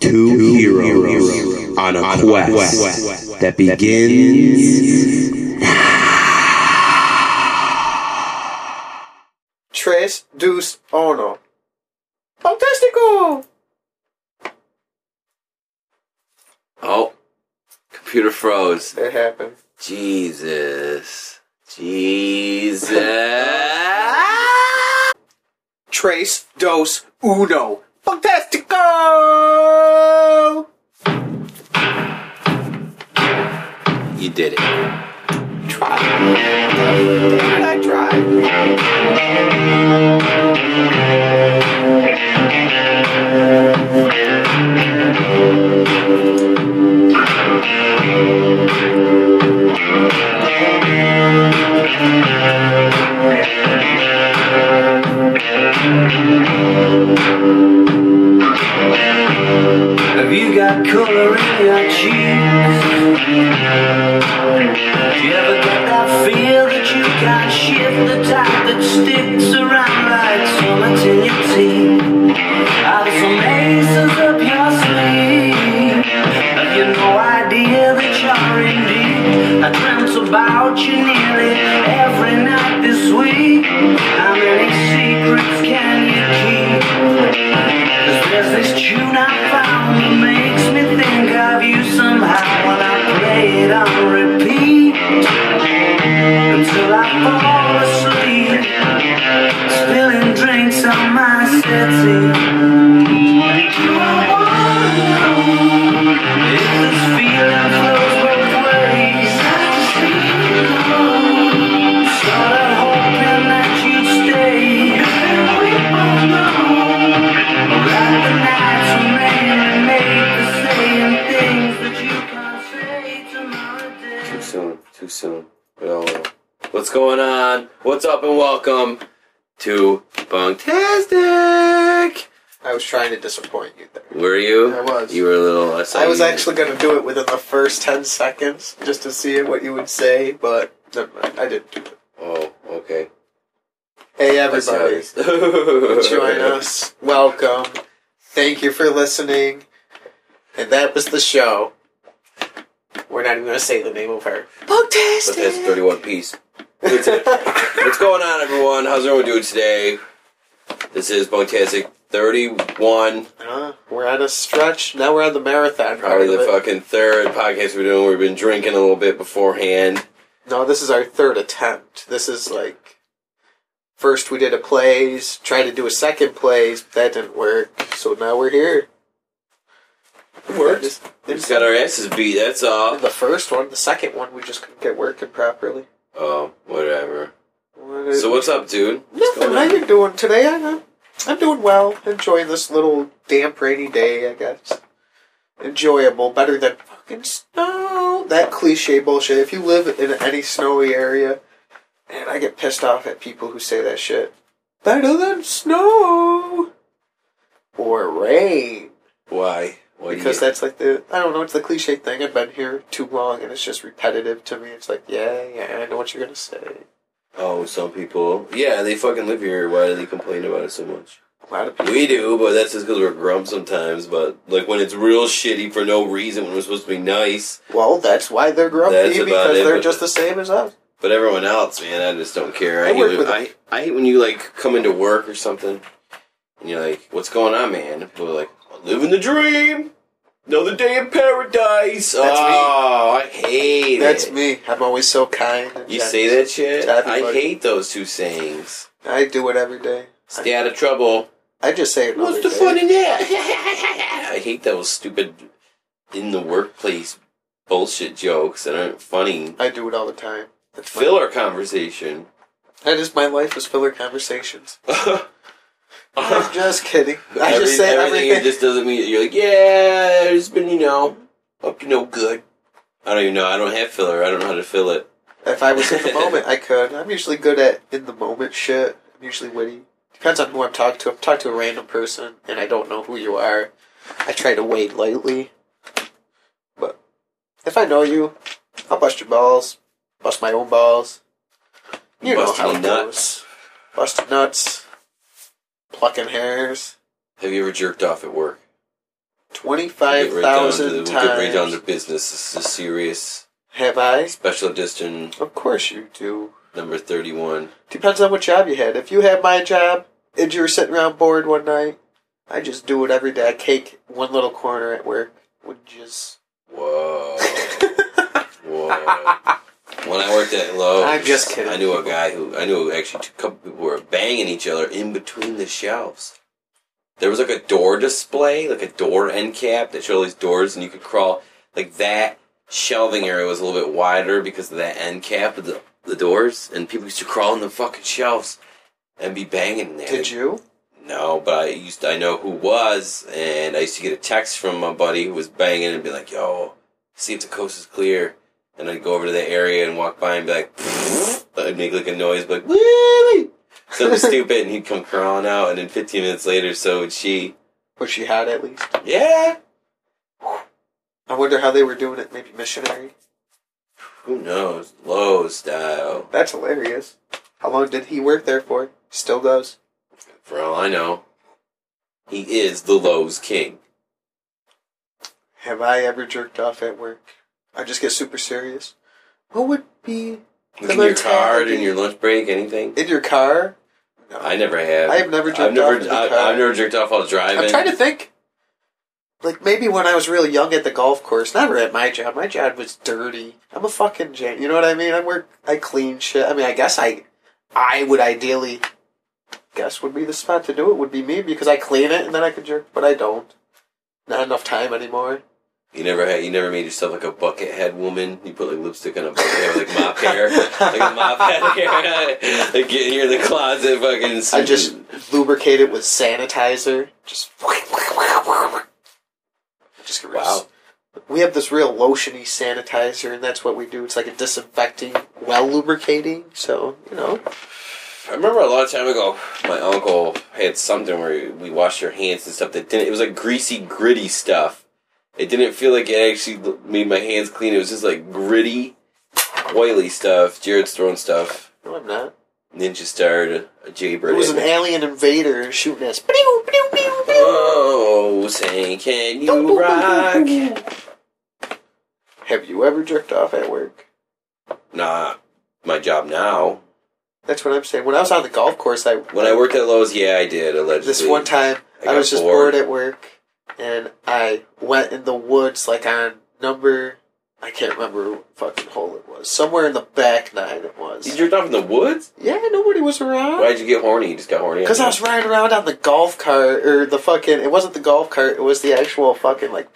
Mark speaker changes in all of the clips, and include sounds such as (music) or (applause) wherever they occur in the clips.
Speaker 1: two heroes on a quest that begins.
Speaker 2: Tres, dos, uno. Fantastico!
Speaker 3: Oh, computer froze.
Speaker 2: It happened.
Speaker 3: Jesus. Jesus. Eh?
Speaker 2: Tres, dos, uno. Fantastico!
Speaker 3: you did it.
Speaker 2: I tried.
Speaker 4: Have you got color in your cheeks? Do you ever get that feel that you can't shift the tide that sticks around like summits in your teeth? Are there some aces up your sleeve? Have you no idea that you're in deep? I dreamt about you nearly every night this week. How many secrets can you keep? Cause there's this tune I found that makes me think of you somehow when I play it on repeat until I fall asleep, spilling drinks on my settee. You are wonderful. If this feeling flows both ways, I see you. Started hoping that you'd stay. And we both know that the nights are made and made the same things that you can't say tomorrow day.
Speaker 3: Too soon. Too soon. We all know. What's going on? What's up and welcome to Funktastic.
Speaker 2: I was trying to disappoint you there.
Speaker 3: Were you?
Speaker 2: I was.
Speaker 3: You were a little. I, saw
Speaker 2: I was
Speaker 3: you-
Speaker 2: actually going to do it within the first 10 seconds just to see what you would say, but never mind. I didn't do it.
Speaker 3: Oh, okay.
Speaker 2: Hey,
Speaker 3: I saw
Speaker 2: everybody.
Speaker 3: you. (laughs)
Speaker 2: Join us. Welcome. Thank you for listening. And that was the show. We're not even going to say the name of her.
Speaker 3: But that's 31 piece. What's going on, everyone? How's everyone doing today? This is Bunktastic 31,
Speaker 2: Uh, we're on a stretch. Now we're on the marathon. part
Speaker 3: probably
Speaker 2: of
Speaker 3: the
Speaker 2: it.
Speaker 3: fucking third podcast we're doing. We've been drinking a little bit beforehand.
Speaker 2: No, this is our third attempt. This is like first we did a plays, tried to do a second plays, but that didn't work. So now we're here. It worked.
Speaker 3: We just got our asses beat, that's all.
Speaker 2: the first one, the second one, we just couldn't get working properly.
Speaker 3: Oh, whatever.
Speaker 2: What is-
Speaker 3: So, what's up, dude? What's
Speaker 2: Nothing. How
Speaker 3: going on?
Speaker 2: you doing today? I'm I'm doing well. Enjoying this little damp rainy day. I guess enjoyable, better than fucking snow. That cliche bullshit. If you live in any snowy area, and I get pissed off at people who say that shit. Better than snow or rain
Speaker 3: Why? Why do
Speaker 2: because
Speaker 3: you-
Speaker 2: that's like the I don't know. It's the cliche thing. I've been here too long, and it's just repetitive to me. It's like yeah, yeah. I know what you're gonna say.
Speaker 3: Oh, some people. Yeah, they fucking live here. Why do they complain about it so much?
Speaker 2: A lot of people.
Speaker 3: We do, but that's just because we're grump sometimes. But like when it's real shitty for no reason, when we're supposed to be nice.
Speaker 2: Well, that's why they're grumpy
Speaker 3: That's about
Speaker 2: because
Speaker 3: it,
Speaker 2: they're
Speaker 3: but-
Speaker 2: just the same as us.
Speaker 3: But everyone else, man, I just don't care. I,
Speaker 2: I
Speaker 3: hate,
Speaker 2: work
Speaker 3: when-
Speaker 2: with-
Speaker 3: I, I hate when you like come into work or something, and you're like, "What's going on, man?" And people are like, "Living the dream, another day in paradise."
Speaker 2: That's me.
Speaker 3: oh, I hate
Speaker 2: That's
Speaker 3: it.
Speaker 2: me. I'm always so kind. and
Speaker 3: You
Speaker 2: gentle.
Speaker 3: say that shit.
Speaker 2: To everybody.
Speaker 3: I hate those two sayings.
Speaker 2: I do it every day.
Speaker 3: Stay out of trouble.
Speaker 2: I just say it.
Speaker 3: What's
Speaker 2: every
Speaker 3: the
Speaker 2: day.
Speaker 3: fun
Speaker 2: (laughs)
Speaker 3: in that? I hate those stupid in the workplace bullshit jokes that aren't funny.
Speaker 2: I do it all the time. That's my,
Speaker 3: Filler conversation. (laughs)
Speaker 2: that is my life is filler conversations. I'm
Speaker 3: (laughs) Every-
Speaker 2: just kidding. I just say
Speaker 3: everything. It
Speaker 2: everything.
Speaker 3: just doesn't mean you're like, yeah, it's been, you know, up to no good. I don't even know. I don't have filler. I don't know how to fill it.
Speaker 2: If I was in
Speaker 3: (laughs)
Speaker 2: the moment, I could. I'm usually good at in the moment shit. I'm usually witty. Depends on who I'm talking to. If I'm talking to a random person and I don't know who you are, I try to wade lightly. But if I know you, I'll bust your balls, bust my own balls. You
Speaker 3: Bust
Speaker 2: know how
Speaker 3: any
Speaker 2: it
Speaker 3: nuts.
Speaker 2: goes. Busting nuts, plucking hairs.
Speaker 3: Have you ever jerked off at work? Get right down to
Speaker 2: 25,000
Speaker 3: the, get right down to
Speaker 2: times.
Speaker 3: business. This is a serious
Speaker 2: Have I?
Speaker 3: special edition
Speaker 2: Of course you do.
Speaker 3: number
Speaker 2: (laughs)
Speaker 3: 31.
Speaker 2: Depends on what job you had. If you had my job and you were sitting around bored one night, I just do it every day. I cake one little corner at work. Would just.
Speaker 3: Whoa. Whoa. When I worked at Lowe's,
Speaker 2: I'm just kidding,
Speaker 3: I knew a
Speaker 2: people.
Speaker 3: guy who I knew actually two couple people were banging each other in between the shelves. There was like a door display, like a door end cap that showed all these doors, and you could crawl like that. Shelving area was a little bit wider because of that end cap of the, the doors, and people used to crawl in the fucking shelves and be banging in there.
Speaker 2: Did you?
Speaker 3: No, but I used I know who was, and I used to get a text from my buddy who was banging and be like, "Yo, see if the coast is clear." And I'd go over to the area and walk by and be like, (laughs) I'd make like a noise, but like, "Wheelie!" something stupid, and he'd come crawling out. And then 15 minutes later, so would she.
Speaker 2: Was she hot at least?
Speaker 3: Yeah,
Speaker 2: I wonder how they were doing it. Maybe missionary.
Speaker 3: who knows? Low style,
Speaker 2: That's hilarious. How long did he work there for? Still goes.
Speaker 3: for all I know, he is the Lowe's king.
Speaker 2: Have I ever jerked off at work? I just get super serious. What would be
Speaker 3: In your
Speaker 2: mentality-
Speaker 3: card, in your lunch break, anything.
Speaker 2: in your car? No.
Speaker 3: I never have.
Speaker 2: I have never jerked
Speaker 3: I've never,
Speaker 2: off in the
Speaker 3: I,
Speaker 2: car.
Speaker 3: have never jerked off while driving.
Speaker 2: I'm trying to think. Like maybe when I was really young at the golf course, never at my job. My job was dirty. I'm a fucking jan. You know what I mean? I work. I clean shit. I mean, I guess I, I would ideally, guess would be the spot to do it would be me because I clean it and then I could jerk, but I don't. Not enough time anymore.
Speaker 3: You never had, you never made yourself like a bucket head woman. You put like lipstick on a bucket head, with, like mop hair, like a mop head hair. like get here in the closet, fucking.
Speaker 2: I just lubricate it with sanitizer. Just. Just get rid of-
Speaker 3: wow.
Speaker 2: We have this real lotiony sanitizer, and that's what we do. It's like a disinfecting, well lubricating. So you know,
Speaker 3: I remember a long time ago, my uncle had something where we washed your hands and stuff that didn't. It was like greasy, gritty stuff. It didn't feel like it actually l- made my hands clean. It was just like gritty, oily stuff. Jared's throwing stuff.
Speaker 2: no, I'm not.
Speaker 3: Ninja starred a
Speaker 2: It
Speaker 3: jaybird.
Speaker 2: was
Speaker 3: at
Speaker 2: an
Speaker 3: me.
Speaker 2: alien invader shooting us. Pew, pew, pew, pew.
Speaker 3: Oh, say can you rock?
Speaker 2: Have you ever jerked off at work?
Speaker 3: Nah, my job now.
Speaker 2: That's what I'm saying. When I was on the golf course, I
Speaker 3: When I worked at Lowe's, yeah, I did allegedly.
Speaker 2: this one time
Speaker 3: I
Speaker 2: I, was
Speaker 3: got
Speaker 2: just
Speaker 3: bored.
Speaker 2: bored. at work and I went in the woods like on number I can't remember what fucking hole it was. Somewhere in the back nine it
Speaker 3: You
Speaker 2: was.
Speaker 3: jerked off in the woods?
Speaker 2: Yeah, nobody was around.
Speaker 3: Why'd you get horny? You just got horny.
Speaker 2: Because I
Speaker 3: (laughs)
Speaker 2: was riding around on the golf cart or the fucking it wasn't the golf cart, it was the actual fucking like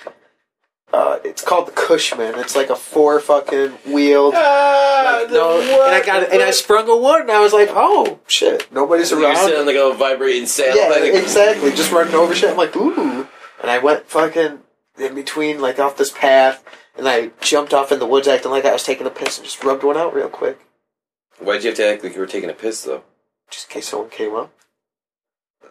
Speaker 2: uh, it's called the Cushman. It's like a four fucking wheeled
Speaker 3: Ah, the
Speaker 2: no, and I got it, and I sprung a wood, and I was like, "Oh shit, nobody's
Speaker 3: You're
Speaker 2: around."
Speaker 3: sitting like a vibrating sail.
Speaker 2: Yeah,
Speaker 3: like,
Speaker 2: exactly. Just running over shit. I'm like, ooh. And I went fucking in between, like off this path, and I jumped off in the woods acting like I was taking a piss and just rubbed one out real quick,
Speaker 3: Why'd you have to act like you were taking a piss though?
Speaker 2: just in case someone came up.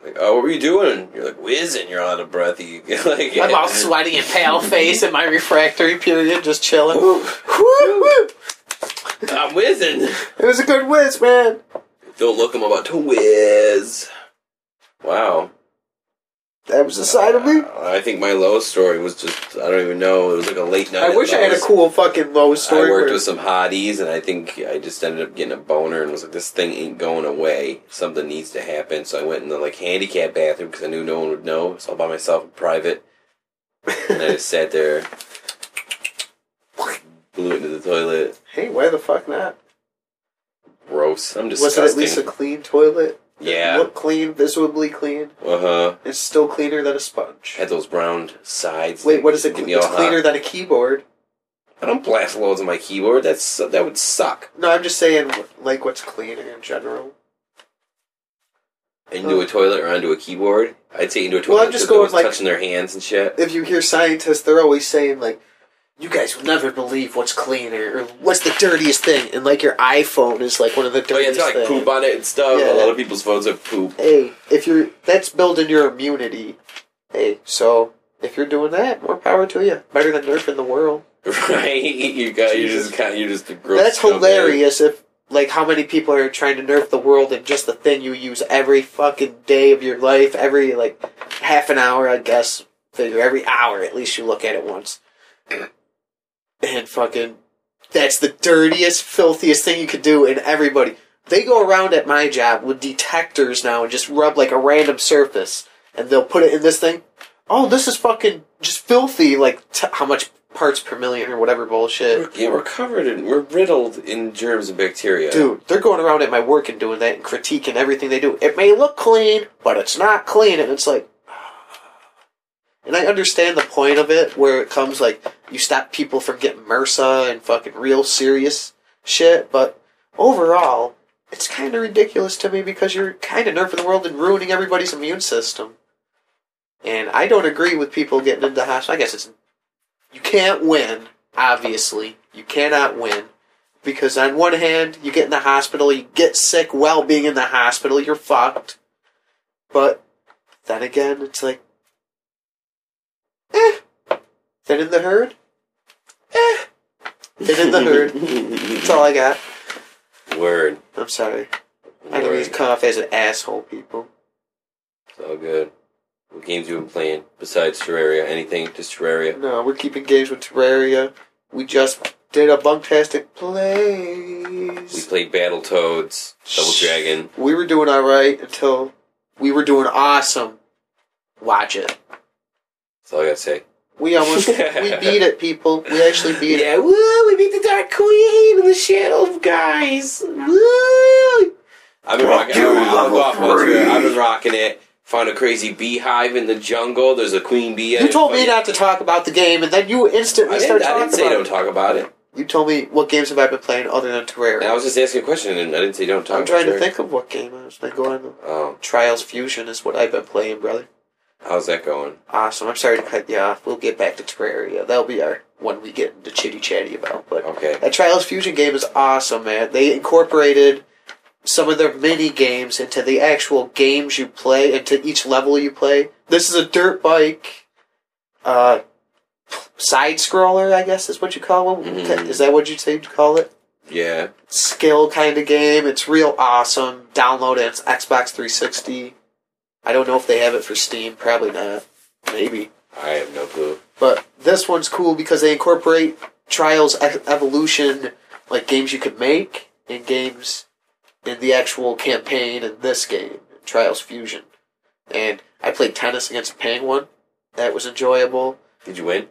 Speaker 3: Like, oh, what were you doing? You're like whizzing. You're out of breath. You (laughs) like
Speaker 2: I'm all sweaty and pale face in my refractory period, just chilling. Woo, woo.
Speaker 3: I'm whizzing.
Speaker 2: It was a good whiz, man.
Speaker 3: Don't look. I'm about to whiz. Wow.
Speaker 2: That was the side of me.
Speaker 3: Uh, I think my Lowe's story was just I don't even know. It was like a late night.
Speaker 2: I
Speaker 3: at
Speaker 2: wish I had a
Speaker 3: Lowe's.
Speaker 2: cool fucking low story.
Speaker 3: I worked
Speaker 2: where-
Speaker 3: with some hotties, and I think I just ended up getting a boner, and was like, "This thing ain't going away. Something needs to happen." So I went in the like handicap bathroom because I knew no one would know. It's all by myself, in private, and I just sat there, blew it into the toilet.
Speaker 2: hey, why the fuck not?
Speaker 3: Gross. I'm
Speaker 2: Was
Speaker 3: disgusting.
Speaker 2: it at least a clean toilet?
Speaker 3: yeah.
Speaker 2: Look clean, visibly clean.
Speaker 3: Uh huh.
Speaker 2: It's still cleaner than a sponge.
Speaker 3: Had those brown sides.
Speaker 2: Wait, what is it? Cle-
Speaker 3: Give me all
Speaker 2: it's cleaner
Speaker 3: hot.
Speaker 2: than a keyboard.
Speaker 3: I don't blast loads on my keyboard. That's that would suck.
Speaker 2: No, I'm just saying, like, what's cleaner in general.
Speaker 3: Into a toilet or onto a keyboard. I'd say into a toilet.
Speaker 2: Well, I'm just
Speaker 3: 'cause no
Speaker 2: going,
Speaker 3: one's
Speaker 2: like-
Speaker 3: touching their hands and shit.
Speaker 2: If you hear scientists, they're always saying, like, you guys will never believe what's cleaner or what's the dirtiest thing. And, like, your iPhone is, like, one of the
Speaker 3: Oh yeah, it's
Speaker 2: dirtiest
Speaker 3: got like
Speaker 2: things.
Speaker 3: poop on it and stuff.
Speaker 2: Yeah.
Speaker 3: A lot of people's phones have poop. (laughs)
Speaker 2: Hey, if you're. That's building your immunity. Hey, so if you're doing that, more power to you. Better than Nerf in the world.
Speaker 3: Right? You got you just kind of you just a gross.
Speaker 2: that's
Speaker 3: scumbag.
Speaker 2: hilarious if. Like how many people are trying to nerf the world in just the thing you use every fucking day of your life, every like half an hour, I guess, figure every hour at least you look at it once. And fucking, that's the dirtiest, filthiest thing you could do. And everybody, they go around at my job with detectors now and just rub like a random surface, and they'll put it in this thing. Oh, this is fucking just filthy. Like t- how much parts per million or whatever bullshit.
Speaker 3: Yeah, we're covered in, we're riddled in germs and bacteria. (laughs)
Speaker 2: Dude, they're going around at my work and doing that and critiquing everything they do. It may look clean, but it's not clean, and it's like. (sighs) And I understand the point of it, where it comes like you stop people from getting MRSA and fucking real serious shit, but overall, it's kind of ridiculous to me because you're kind of nerfing the world and ruining everybody's immune system. And I don't agree with people getting into hospital. I guess it's you can't win. Obviously, you cannot win because on one hand, you get in the hospital, you get sick while being in the hospital, you're fucked. But then again, it's like, eh. Thin in the herd, eh. Thin in the herd.
Speaker 3: (laughs)
Speaker 2: That's all I got.
Speaker 3: Word.
Speaker 2: I'm sorry. I don't mean to
Speaker 3: Word.
Speaker 2: come off as an asshole, people.
Speaker 3: It's all good. What games you been playing besides Terraria? Anything? Just Terraria.
Speaker 2: No, we're keeping games with Terraria. We just did a bunktastic plays.
Speaker 3: We played Battletoads, Double Dragon.
Speaker 2: We were doing all right until we were doing awesome. Watch it.
Speaker 3: That's all I gotta say.
Speaker 2: We
Speaker 3: (laughs)
Speaker 2: almost we beat it, people. We actually beat it.
Speaker 3: woo! We beat the Dark Queen and the Shadow Guys. Woo! I've been rocking.
Speaker 1: you,
Speaker 3: I'll go off
Speaker 1: level
Speaker 3: once
Speaker 1: three.
Speaker 3: here. I've been rocking it. Found a crazy beehive in the jungle. There's a queen bee. I
Speaker 2: You
Speaker 3: didn't
Speaker 2: told me
Speaker 3: fight
Speaker 2: not to talk about the game, and then you
Speaker 3: it. I
Speaker 2: instantly started
Speaker 3: didn't, I
Speaker 2: talking
Speaker 3: didn't say
Speaker 2: about
Speaker 3: don't
Speaker 2: it.
Speaker 3: talk about it.
Speaker 2: You told me what games have I been playing other than
Speaker 3: And I
Speaker 2: Terraria.
Speaker 3: was just asking a question, and I didn't say don't talk.
Speaker 2: I'm trying
Speaker 3: about
Speaker 2: to
Speaker 3: it.
Speaker 2: think of what game I was been going on.
Speaker 3: Oh,
Speaker 2: Trials Fusion is what I've been playing, brother.
Speaker 3: how's that going?
Speaker 2: Awesome. I'm sorry to cut you off. We'll get back to Terraria. That'll be our one we get into chitty chatty about. But
Speaker 3: Okay.
Speaker 2: that Trials Fusion game is awesome, man. They incorporated some of their mini games into the actual games you play, into each level you play. This is a dirt bike, uh, side scroller, I guess is what you call it.
Speaker 3: Mhm.
Speaker 2: Is that what you'd say you call it?
Speaker 3: Yeah.
Speaker 2: skill kind of game. It's real awesome. Download it. It's Xbox 360. I don't know if they have it for Steam. Probably not. Maybe.
Speaker 3: I have no clue.
Speaker 2: But this one's cool because they incorporate Trials E- Evolution, like games you could make, and games in the actual campaign in this game, Trials Fusion. And I played tennis against a penguin. That was enjoyable.
Speaker 3: Did you win?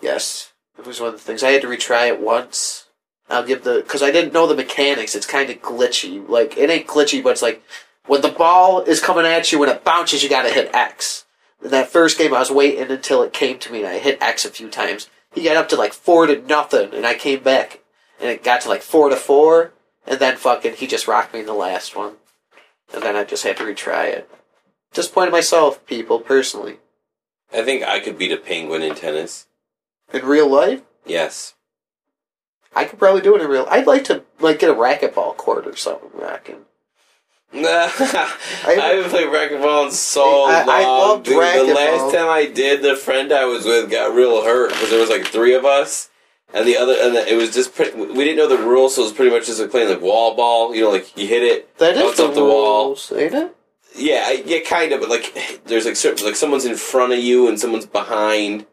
Speaker 2: Yes, it was one of the things. I had to retry it once. I'll give the because I didn't know the mechanics. It's kind of glitchy. Like it ain't glitchy, but it's like when the ball is coming at you, when it bounces, you gotta hit X. In that first game, I was waiting until it came to me, and I hit X a few times. He got up to like four to nothing, and I came back, and it got to like four to four, and then fucking he just rocked me in the last one, and then I just had to retry it. Disappointed myself, people, personally.
Speaker 3: I think I could beat a penguin in tennis.
Speaker 2: In real life,
Speaker 3: Yes.
Speaker 2: I could probably do it in real. I'd like to like get a racquetball court or something. Racking.
Speaker 3: Nah, (laughs) I haven't played racquetball in so
Speaker 2: I-
Speaker 3: long.
Speaker 2: I love
Speaker 3: dude. The
Speaker 2: racquetball.
Speaker 3: last time I did, the friend I was with got real hurt because there was like three of us, and the other, and the, it was just pretty, we didn't know the rules, so it was pretty much just like playing like wall ball. You know, like you hit it,
Speaker 2: That is
Speaker 3: bounce
Speaker 2: the,
Speaker 3: off the wall.
Speaker 2: rules, ain't it?
Speaker 3: Yeah, I- yeah, kind of, but like there's like certain like someone's in front of you and someone's behind.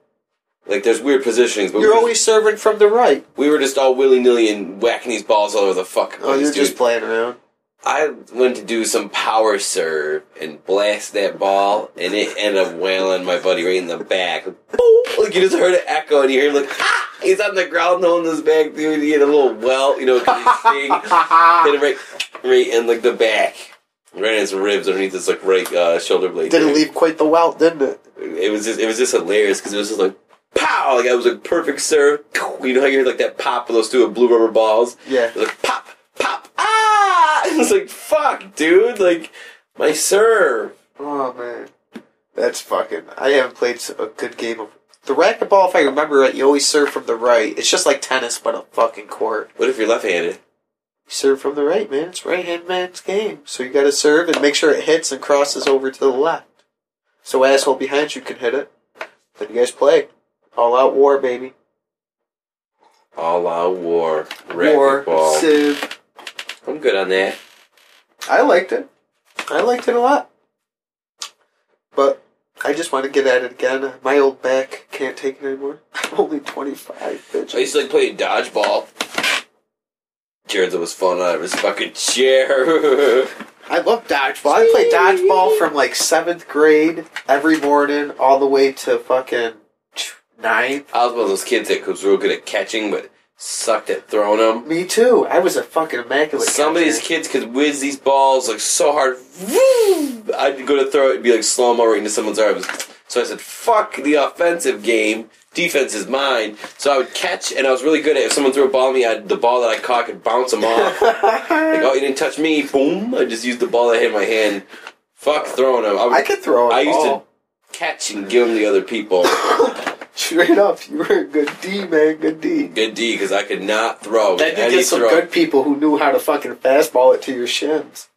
Speaker 3: Like there's weird positionings, but we
Speaker 2: You're
Speaker 3: were-
Speaker 2: always serving from the right.
Speaker 3: we were just all willy nilly and whacking these balls all over the fucking place.
Speaker 2: Oh, you're
Speaker 3: dude.
Speaker 2: just playing around.
Speaker 3: I went to do some power serve and blast that ball, and it ended up wailing my buddy right in the back. Boom! Like you just heard it echo, and you hear like, ah! He's on the ground holding his back, dude. He had a little welt, you know, 'cause he's sting. Hit him right, right in like the back, right in his ribs underneath his like right uh, shoulder blade.
Speaker 2: Didn't
Speaker 3: there.
Speaker 2: leave quite the welt, didn't it?
Speaker 3: It was just, it was just hilarious because it was just like. Pow! Like I was like perfect serve. You know how you hear like that pop of those two blue rubber balls.
Speaker 2: Yeah.
Speaker 3: It was like pop, pop, ah! (laughs) It was like fuck, dude. Like my serve.
Speaker 2: Oh man, that's fucking. I haven't played s- a good game of the racquetball. If I remember right, you always serve from the right. It's just like tennis, but a fucking court.
Speaker 3: What if you're left-handed?
Speaker 2: You serve from the right, man. It's right hand man's game. So you got to serve and make sure it hits and crosses over to the left. So asshole behind you can hit it. Then you guys play. All out war, baby.
Speaker 3: All out war,
Speaker 2: war.
Speaker 3: racquetball.
Speaker 2: Civ.
Speaker 3: I'm good on that.
Speaker 2: I liked it. I liked it a lot. But I just want to get at it again. My old back can't take it anymore. (laughs) I'm only 25, bitch.
Speaker 3: I used to like play dodgeball. Jared's was falling out of his fucking chair. (laughs)
Speaker 2: I love dodgeball. I play dodgeball from like seventh grade every morning all the way to fucking ninth.
Speaker 3: I was one of those kids that was real good at catching, but sucked at throwing them.
Speaker 2: Me too. I was a fucking immaculate.
Speaker 3: Some of these
Speaker 2: catcher.
Speaker 3: kids could whiz these balls like so hard. Vroom! I'd go to throw it, it'd be like slow mo right into someone's arms. So I said, "Fuck the offensive game. Defense is mine." So I would catch, and I was really good at. If someone threw a ball at me, I'd, the ball that I caught could bounce them off. like, oh, you didn't touch me. Boom! I just used the ball that hit my hand. Fuck throwing them. I,
Speaker 2: (laughs)
Speaker 3: would,
Speaker 2: I could throw a
Speaker 3: I used
Speaker 2: ball.
Speaker 3: to catch and give them to other people.
Speaker 2: Straight up, you were a good D, man. Good D.
Speaker 3: Good D, because I could not throw.
Speaker 2: Then you
Speaker 3: any
Speaker 2: get some
Speaker 3: throw.
Speaker 2: good people who knew how to fucking fastball it to your shins.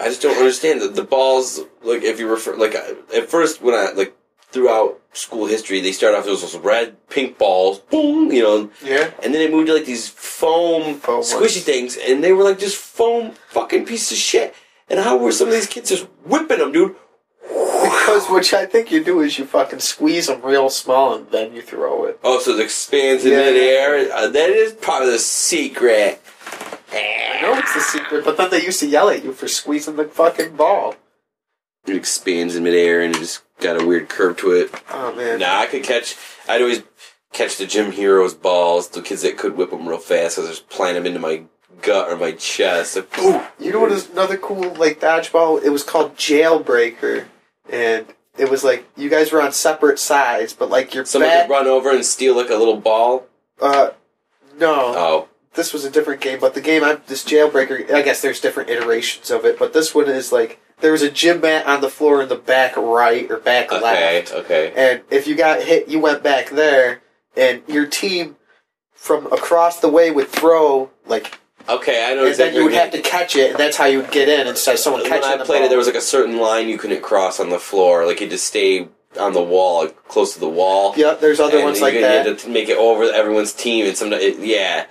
Speaker 3: I just don't understand the, the balls. Like if you refer, like I- at first when I like throughout school history, they start off with those red, pink balls, boom, you know,
Speaker 2: Yeah.
Speaker 3: and then it moved to like these foam,
Speaker 2: Foam ones.
Speaker 3: squishy things, and they were like just foam fucking piece of shit. And how were some of these kids just whipping them, dude?
Speaker 2: Because what I think you do is you fucking squeeze them real small and then you throw it.
Speaker 3: Oh, so it expands in
Speaker 2: Yeah.
Speaker 3: midair. Uh, that is part of the secret.
Speaker 2: I know it's the secret, but then they used to yell at you for squeezing the fucking ball.
Speaker 3: It expands in midair, and it just got a weird curve to it.
Speaker 2: Oh man.
Speaker 3: Nah, I could catch. I'd always catch the gym heroes balls, the kids that could whip them real fast, because I just plant them into my gut or my chest. Like, boom.
Speaker 2: You know what is another cool like dodgeball? It was called Jailbreaker, and it was like you guys were on separate sides, but like your
Speaker 3: Somebody
Speaker 2: back.
Speaker 3: could run over and steal like a little ball.
Speaker 2: uh, no,
Speaker 3: Oh,
Speaker 2: this was a different game, but the game I this Jailbreaker. I guess there's different iterations of it, but this one is like there was a gym mat on the floor in the back right or back
Speaker 3: okay,
Speaker 2: left.
Speaker 3: okay.
Speaker 2: And if you got hit, you went back there, and your team from across the way would throw like,
Speaker 3: Okay, I
Speaker 2: and
Speaker 3: know
Speaker 2: then
Speaker 3: exactly.
Speaker 2: you would
Speaker 3: what
Speaker 2: have to catch it, and that's how you would get in instead of someone
Speaker 3: When
Speaker 2: catching
Speaker 3: I
Speaker 2: the
Speaker 3: played
Speaker 2: ball.
Speaker 3: it, there was like a certain line you couldn't cross on the floor. Like you just stay on the wall, like, close to the wall.
Speaker 2: yeah, there's other
Speaker 3: And
Speaker 2: ones
Speaker 3: you
Speaker 2: like
Speaker 3: could-
Speaker 2: that.
Speaker 3: You had to make it over everyone's team, and sometimes it, yeah.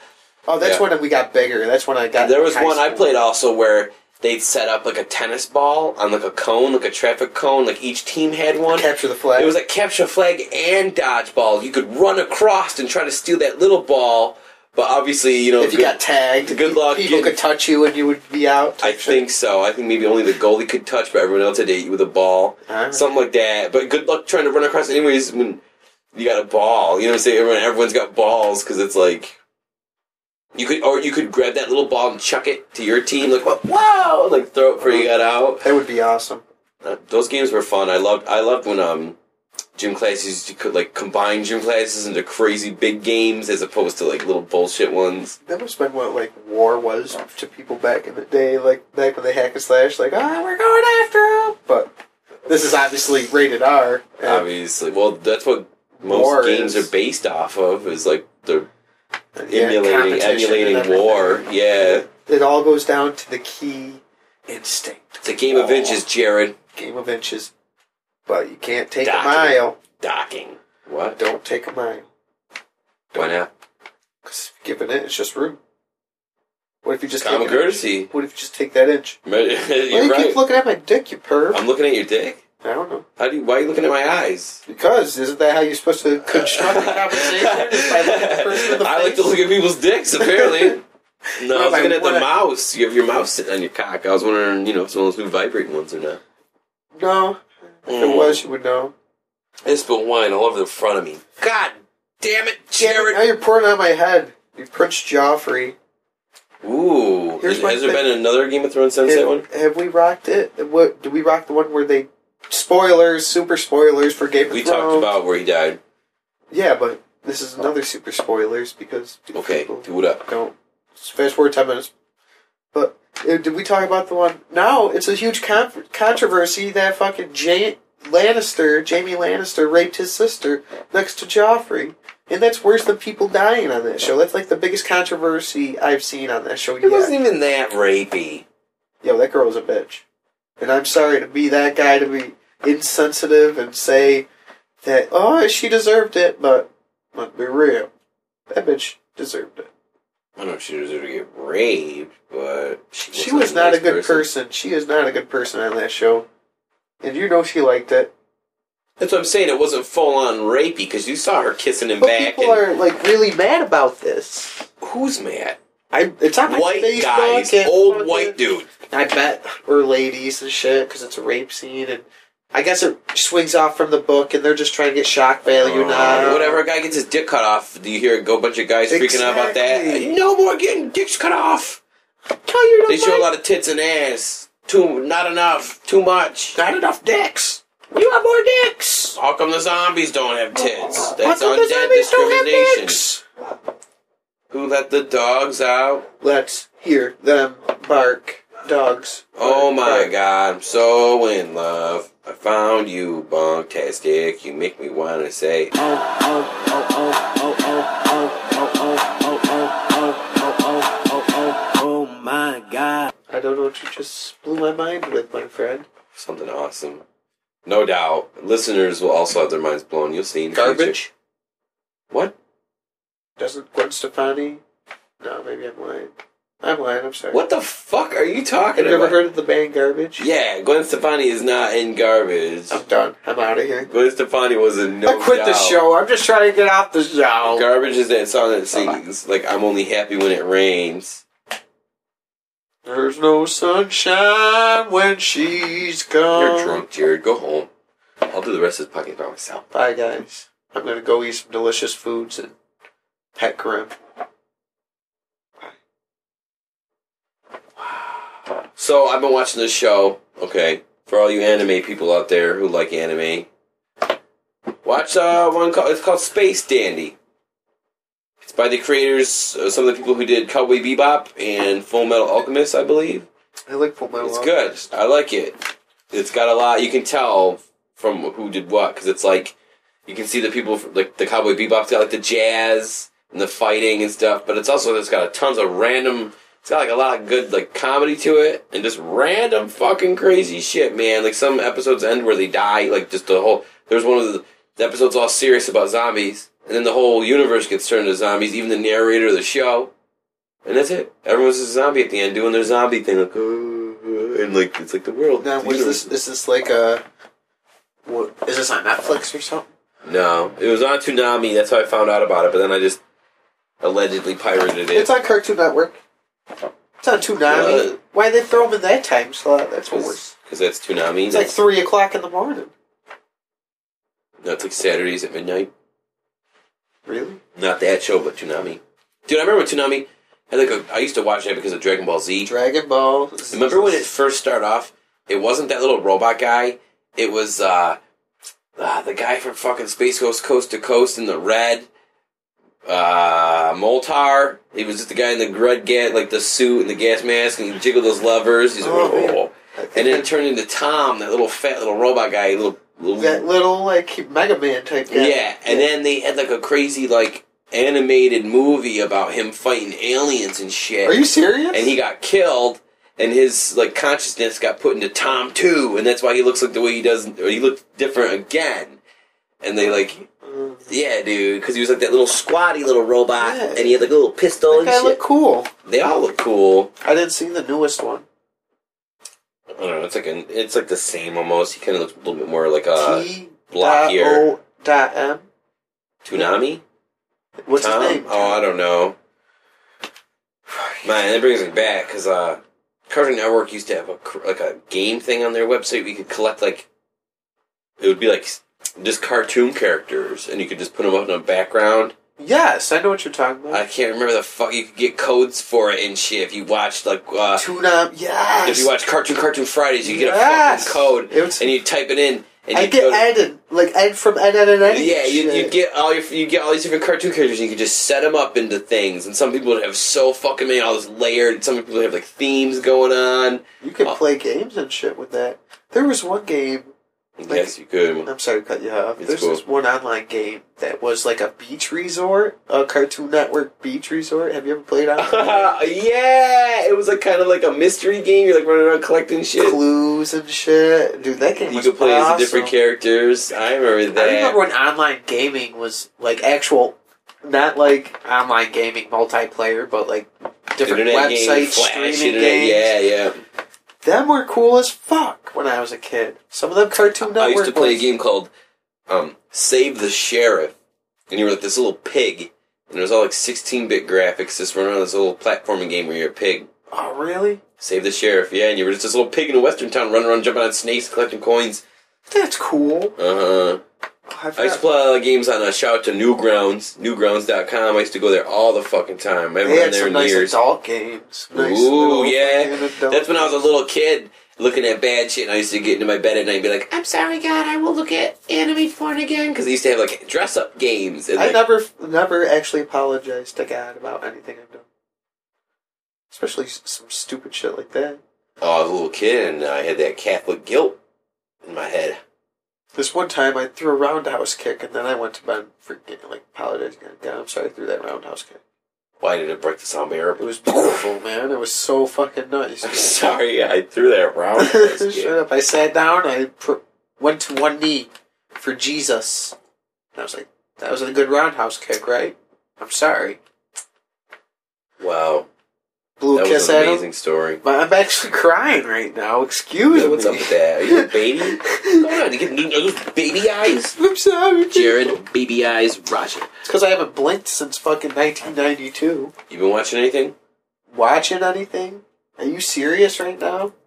Speaker 2: oh, that's
Speaker 3: yeah.
Speaker 2: when we got bigger. That's when I got.
Speaker 3: There was
Speaker 2: high
Speaker 3: one I
Speaker 2: school.
Speaker 3: played also where they'd set up like a tennis ball on like a cone, like a traffic cone. Like each team had one.
Speaker 2: Capture the flag.
Speaker 3: It was like capture flag and dodgeball. You could run across and try to steal that little ball, but obviously you know.
Speaker 2: if you
Speaker 3: good-
Speaker 2: got tagged,
Speaker 3: good luck
Speaker 2: People
Speaker 3: getting-
Speaker 2: could touch you, and you would be out.
Speaker 3: I think so. I think maybe only the goalie could touch, but everyone else had to hit you with a ball,
Speaker 2: Alright.
Speaker 3: something like that. But good luck trying to run across, anyways. When you got a ball, you know what I'm saying. Everyone, everyone's got balls because it's like you could, or you could grab that little ball and chuck it to your team, like wow, like throw it before you got out.
Speaker 2: that would be awesome.
Speaker 3: Uh, those games were fun. I loved I loved when um gym classes you could like combine gym classes into crazy big games as opposed to like little bullshit ones.
Speaker 2: That must have been what like war was to people back in the day, like back when they hack and slash, like ah, we're going after him. But this is obviously rated R. and-
Speaker 3: Obviously, well that's what most
Speaker 2: War
Speaker 3: games
Speaker 2: is-
Speaker 3: are based off of is like they're
Speaker 2: Yeah,
Speaker 3: emulating
Speaker 2: competition and
Speaker 3: emulating
Speaker 2: everything.
Speaker 3: war. Yeah,
Speaker 2: It all goes down to the key instinct.
Speaker 3: it's a game of inches, Jared.
Speaker 2: Game of inches. But you can't take
Speaker 3: Document.
Speaker 2: a mile.
Speaker 3: Docking. What?
Speaker 2: Don't take a mile.
Speaker 3: Why not?
Speaker 2: 'Cause if you give an inch, it's just rude. What if you just
Speaker 3: Common
Speaker 2: take an inch?
Speaker 3: courtesy.
Speaker 2: What if you just take that inch? Why
Speaker 3: (laughs) You're
Speaker 2: do you keep
Speaker 3: right.
Speaker 2: looking at my dick, you perv?
Speaker 3: I'm looking at your dick.
Speaker 2: I don't know.
Speaker 3: How do you? Why are you looking at my eyes?
Speaker 2: Because isn't that how you're supposed to construct a conversation? Is by looking the person in the
Speaker 3: (laughs) I like to
Speaker 2: face?
Speaker 3: look at people's dicks, (laughs) apparently. No, I was
Speaker 2: What am I-
Speaker 3: looking at the
Speaker 2: what I-
Speaker 3: mouse. You have your mouse sitting on your cock. I was wondering, you know, if it's one of those new vibrating ones or not.
Speaker 2: No. If it
Speaker 3: Mm.
Speaker 2: was, you would know.
Speaker 3: I spilled wine all over the front of me. God damn it,
Speaker 2: Now
Speaker 3: Jared!
Speaker 2: you're pouring on my head. You Prince Joffrey.
Speaker 3: Ooh,
Speaker 2: Here's
Speaker 3: has
Speaker 2: my
Speaker 3: there
Speaker 2: thing.
Speaker 3: been another Game of Thrones since that one?
Speaker 2: Have, have we rocked it? What do we rock the one where they spoilers, super spoilers for Game of
Speaker 3: We
Speaker 2: Thrones?
Speaker 3: talked about where he died.
Speaker 2: yeah, but this is another super spoilers because
Speaker 3: Okay,
Speaker 2: people
Speaker 3: do it up.
Speaker 2: don't fast forward ten minutes. But uh, did we talk about the one? No, it's a huge con- controversy that fucking Jay- Lannister, Jamie Lannister, raped his sister next to Joffrey. And that's worse than people dying on that show. That's like the biggest controversy I've seen on that show
Speaker 3: It
Speaker 2: yet
Speaker 3: wasn't even that rapey.
Speaker 2: yo, that girl was a bitch. And I'm sorry to be that guy to be insensitive and say that, oh, she deserved it, but let's be real. That bitch deserved it.
Speaker 3: I don't know if she deserved to get raped, but she,
Speaker 2: She
Speaker 3: wasn't
Speaker 2: was not
Speaker 3: nice
Speaker 2: a good person. She is not a good person on that show. And you know she liked it.
Speaker 3: That's what I'm saying. It wasn't full on rapey because you saw her kissing him
Speaker 2: But
Speaker 3: back.
Speaker 2: people
Speaker 3: and
Speaker 2: are like really mad about this.
Speaker 3: who's mad?
Speaker 2: I it's on my
Speaker 3: White
Speaker 2: Facebook
Speaker 3: guys,
Speaker 2: and
Speaker 3: old
Speaker 2: fucking-
Speaker 3: white dude.
Speaker 2: I bet or ladies and shit because it's a rape scene and. I guess it swings off from the book, and they're just trying to get shock value now.
Speaker 3: Oh, Uh, Whatever a guy gets his dick cut off, do you hear a go bunch of guys freaking out about that?
Speaker 2: Exactly.
Speaker 3: No more getting dicks cut off.
Speaker 2: Tell you
Speaker 3: They show a lot of tits and ass. Too not enough. Too much.
Speaker 2: not enough dicks.
Speaker 3: You have more dicks. How come the zombies don't have tits? That's
Speaker 2: How come the
Speaker 3: undead
Speaker 2: zombies don't have
Speaker 3: discrimination.
Speaker 2: dicks?
Speaker 3: Who let the dogs out?
Speaker 2: Let's hear them bark, dogs.
Speaker 3: Oh
Speaker 2: bark,
Speaker 3: my
Speaker 2: bark.
Speaker 3: god, I'm so in love. I found you, bonktastic. You make me want to say, oh,
Speaker 2: I don't know what you just blew my mind with, my friend.
Speaker 3: something awesome. No doubt, listeners will also have their minds blown. You'll see. In the future.
Speaker 2: Garbage?
Speaker 3: What?
Speaker 2: Doesn't Gwen Stefani? No, maybe I'm lying. I'm lying. I'm sorry.
Speaker 3: What the fuck are you talking
Speaker 2: Have you ever
Speaker 3: about?
Speaker 2: heard of the band Garbage?
Speaker 3: yeah, Gwen Stefani is not in garbage.
Speaker 2: I'm done. I'm out of here.
Speaker 3: Gwen Stefani was in no
Speaker 2: Oh. I quit the
Speaker 3: Doubt.
Speaker 2: show. I'm just trying to get off the show.
Speaker 3: Garbage is that song that sings like "I'm only happy when it rains."
Speaker 2: There's no sunshine when she's gone.
Speaker 3: You're drunk, Jared. Go home. I'll do the rest of this podcast by myself.
Speaker 2: Bye, guys. I'm gonna go eat some delicious foods and pet Grim.
Speaker 3: So I've been watching this show. Okay, for all you anime people out there who like anime, watch uh, one called it's called Space Dandy. It's by the creators, uh, some of the people who did Cowboy Bebop and Full Metal Alchemist, I believe.
Speaker 2: I like full metal.
Speaker 3: It's good. I like it. It's got a lot. You can tell from who did what because it's like you can see the people from, like the Cowboy Bebop's got like the jazz and the fighting and stuff, but it's also it's got a tons of random. It's got like a lot of good like comedy to it and just random fucking crazy shit, man. Like some episodes end where they die, like just the whole. There's one of the, the episodes all serious about zombies, and then the whole universe gets turned into zombies. Even the narrator of the show. And that's it. Everyone's a zombie at the end doing their zombie thing, like, "Uh, uh," and like it's like the world.
Speaker 2: Now,
Speaker 3: the
Speaker 2: was
Speaker 3: universe.
Speaker 2: this is this like a? What, is this on Netflix or something?
Speaker 3: No, it was on Toonami. That's how I found out about it. But then I just allegedly pirated it.
Speaker 2: It's on Cartoon Network. It's on Toonami.
Speaker 3: Uh,
Speaker 2: Why they throw them in that time slot? That's worse.
Speaker 3: because that's Toonami.
Speaker 2: It's like
Speaker 3: That's,
Speaker 2: three o'clock in the morning.
Speaker 3: no, it's like Saturdays at midnight.
Speaker 2: Really?
Speaker 3: Not that show, but Toonami. Dude, I remember when Toonami had like a. I used to watch that because of Dragon Ball Z.
Speaker 2: Dragon Ball. Z-
Speaker 3: Remember when it first started off? It wasn't that little robot guy. It was uh, uh the guy from fucking Space Ghost Coast to Coast in the red. Uh, Moltar. He was just the guy in the red gas, like the suit and the gas mask, and he jiggled those levers. He's like,
Speaker 2: Oh, man.
Speaker 3: "Oh."
Speaker 2: I think
Speaker 3: and then
Speaker 2: I-
Speaker 3: it turned into Tom, that little fat little robot guy, little, little
Speaker 2: that little like Mega Man type guy.
Speaker 3: yeah. and then they had like a crazy like animated movie about him fighting aliens and shit
Speaker 2: Are you serious?
Speaker 3: and he got killed and his like consciousness got put into Tom too and that's why he looks like the way he does or he looked different again and they like
Speaker 2: Mm.
Speaker 3: yeah dude because he was like that little squatty little robot
Speaker 2: Yeah.
Speaker 3: and he had like a little pistol
Speaker 2: That
Speaker 3: and
Speaker 2: guy
Speaker 3: shit
Speaker 2: looked cool.
Speaker 3: they all look cool
Speaker 2: I didn't see the newest one.
Speaker 3: I don't know it's like an, it's like the same almost he kind of looks a little bit more like a
Speaker 2: T. Dot
Speaker 3: blockier
Speaker 2: O. Dot M.
Speaker 3: Toonami
Speaker 2: What's
Speaker 3: Tom?
Speaker 2: his name?
Speaker 3: oh I don't know man that brings me back because uh Cartoon Network used to have a cr- like a game thing on their website. We could collect like it would be like s- just cartoon characters, and you could just put them up in a background.
Speaker 2: Yes, I know what you're talking about.
Speaker 3: I can't remember the fuck. You could get codes for it and shit if you watched like uh,
Speaker 2: Tuna, yes.
Speaker 3: if you watch Cartoon Cartoon Fridays, you get a
Speaker 2: Yes.
Speaker 3: fucking code
Speaker 2: It was-
Speaker 3: and you type it in and
Speaker 2: I
Speaker 3: you
Speaker 2: get
Speaker 3: go. to-
Speaker 2: Ed and like Ed from Ed Ed and Ed.
Speaker 3: yeah, you you get all your you get all these different cartoon characters. and You could just set them up into things, and some people have so fucking many all this layered. Some people have like themes going on.
Speaker 2: You can
Speaker 3: Oh.
Speaker 2: play games and shit with that. There was one game.
Speaker 3: yes, you could. (laughs)
Speaker 2: I'm sorry to cut you off.
Speaker 3: It's
Speaker 2: There's
Speaker 3: cool.
Speaker 2: this one online game that was like a beach resort, a Cartoon Network beach resort. Have you ever played on
Speaker 3: yeah, it was like kind of like a mystery game. You're like running around collecting (laughs) shit.
Speaker 2: clues and shit? Dude, that game
Speaker 3: You
Speaker 2: was
Speaker 3: could play as the different
Speaker 2: awesome.
Speaker 3: characters. I remember that.
Speaker 2: I remember when online gaming was like actual, not like online gaming multiplayer, but like different
Speaker 3: Internet games,
Speaker 2: website
Speaker 3: Flash,
Speaker 2: streaming
Speaker 3: internet-
Speaker 2: games.
Speaker 3: Yeah, yeah.
Speaker 2: Them were cool as fuck when I was a kid. Some of them Cartoon Network.
Speaker 3: I used to play a
Speaker 2: ones.
Speaker 3: game called um, Save the Sheriff, and you were like this little pig, and it was all like 16-bit graphics, just running on this little platforming game where you're a pig.
Speaker 2: Oh, really?
Speaker 3: Save the Sheriff, yeah, and you were just this little pig in a western town running around, jumping on snakes, collecting coins.
Speaker 2: That's cool.
Speaker 3: Uh-huh.
Speaker 2: I
Speaker 3: I used to
Speaker 2: forgot.
Speaker 3: play a lot of games on uh, shout out to Newgrounds, newgrounds.com. I used to go there all the fucking time. I haven't
Speaker 2: They
Speaker 3: been
Speaker 2: had
Speaker 3: there
Speaker 2: some
Speaker 3: in
Speaker 2: nice
Speaker 3: years.
Speaker 2: adult games. Nice
Speaker 3: Ooh,
Speaker 2: little
Speaker 3: yeah.
Speaker 2: fucking adult
Speaker 3: That's when I was a little kid looking at bad shit, and I used to get into my bed at night and be like, I'm sorry, God, I will look at anime porn again. Because they used to have, like, dress up games. And,
Speaker 2: I
Speaker 3: like,
Speaker 2: never, never actually apologized to God about anything I've done, especially s- some stupid shit like that.
Speaker 3: oh, I was a little kid, and I had that Catholic guilt in my head.
Speaker 2: This one time, I threw a roundhouse kick, and then I went to bed freaking like apologizing. God, God, I'm sorry, I threw that roundhouse kick.
Speaker 3: Why did it break the sound barrier? (laughs)
Speaker 2: It was beautiful, man. It was so fucking nice.
Speaker 3: I'm sorry, I threw that around. (laughs)
Speaker 2: (laughs) Shut up! I sat down. I put, went to one knee for Jesus. And I was like, "That was a good roundhouse kick, right?" I'm sorry.
Speaker 3: wow.
Speaker 2: Blew a
Speaker 3: that was
Speaker 2: kiss
Speaker 3: an
Speaker 2: at him.
Speaker 3: amazing story.
Speaker 2: But I'm actually crying right now. Excuse
Speaker 3: Yeah,
Speaker 2: me.
Speaker 3: what's up with that? Are you a baby? What's going on? You getting- Are those baby eyes?
Speaker 2: (laughs) I'm sorry,
Speaker 3: Jared, baby eyes, Raja.
Speaker 2: It's because I haven't blinked since fucking 1992.
Speaker 3: You been watching anything?
Speaker 2: Watching anything? Are you serious right now? (laughs)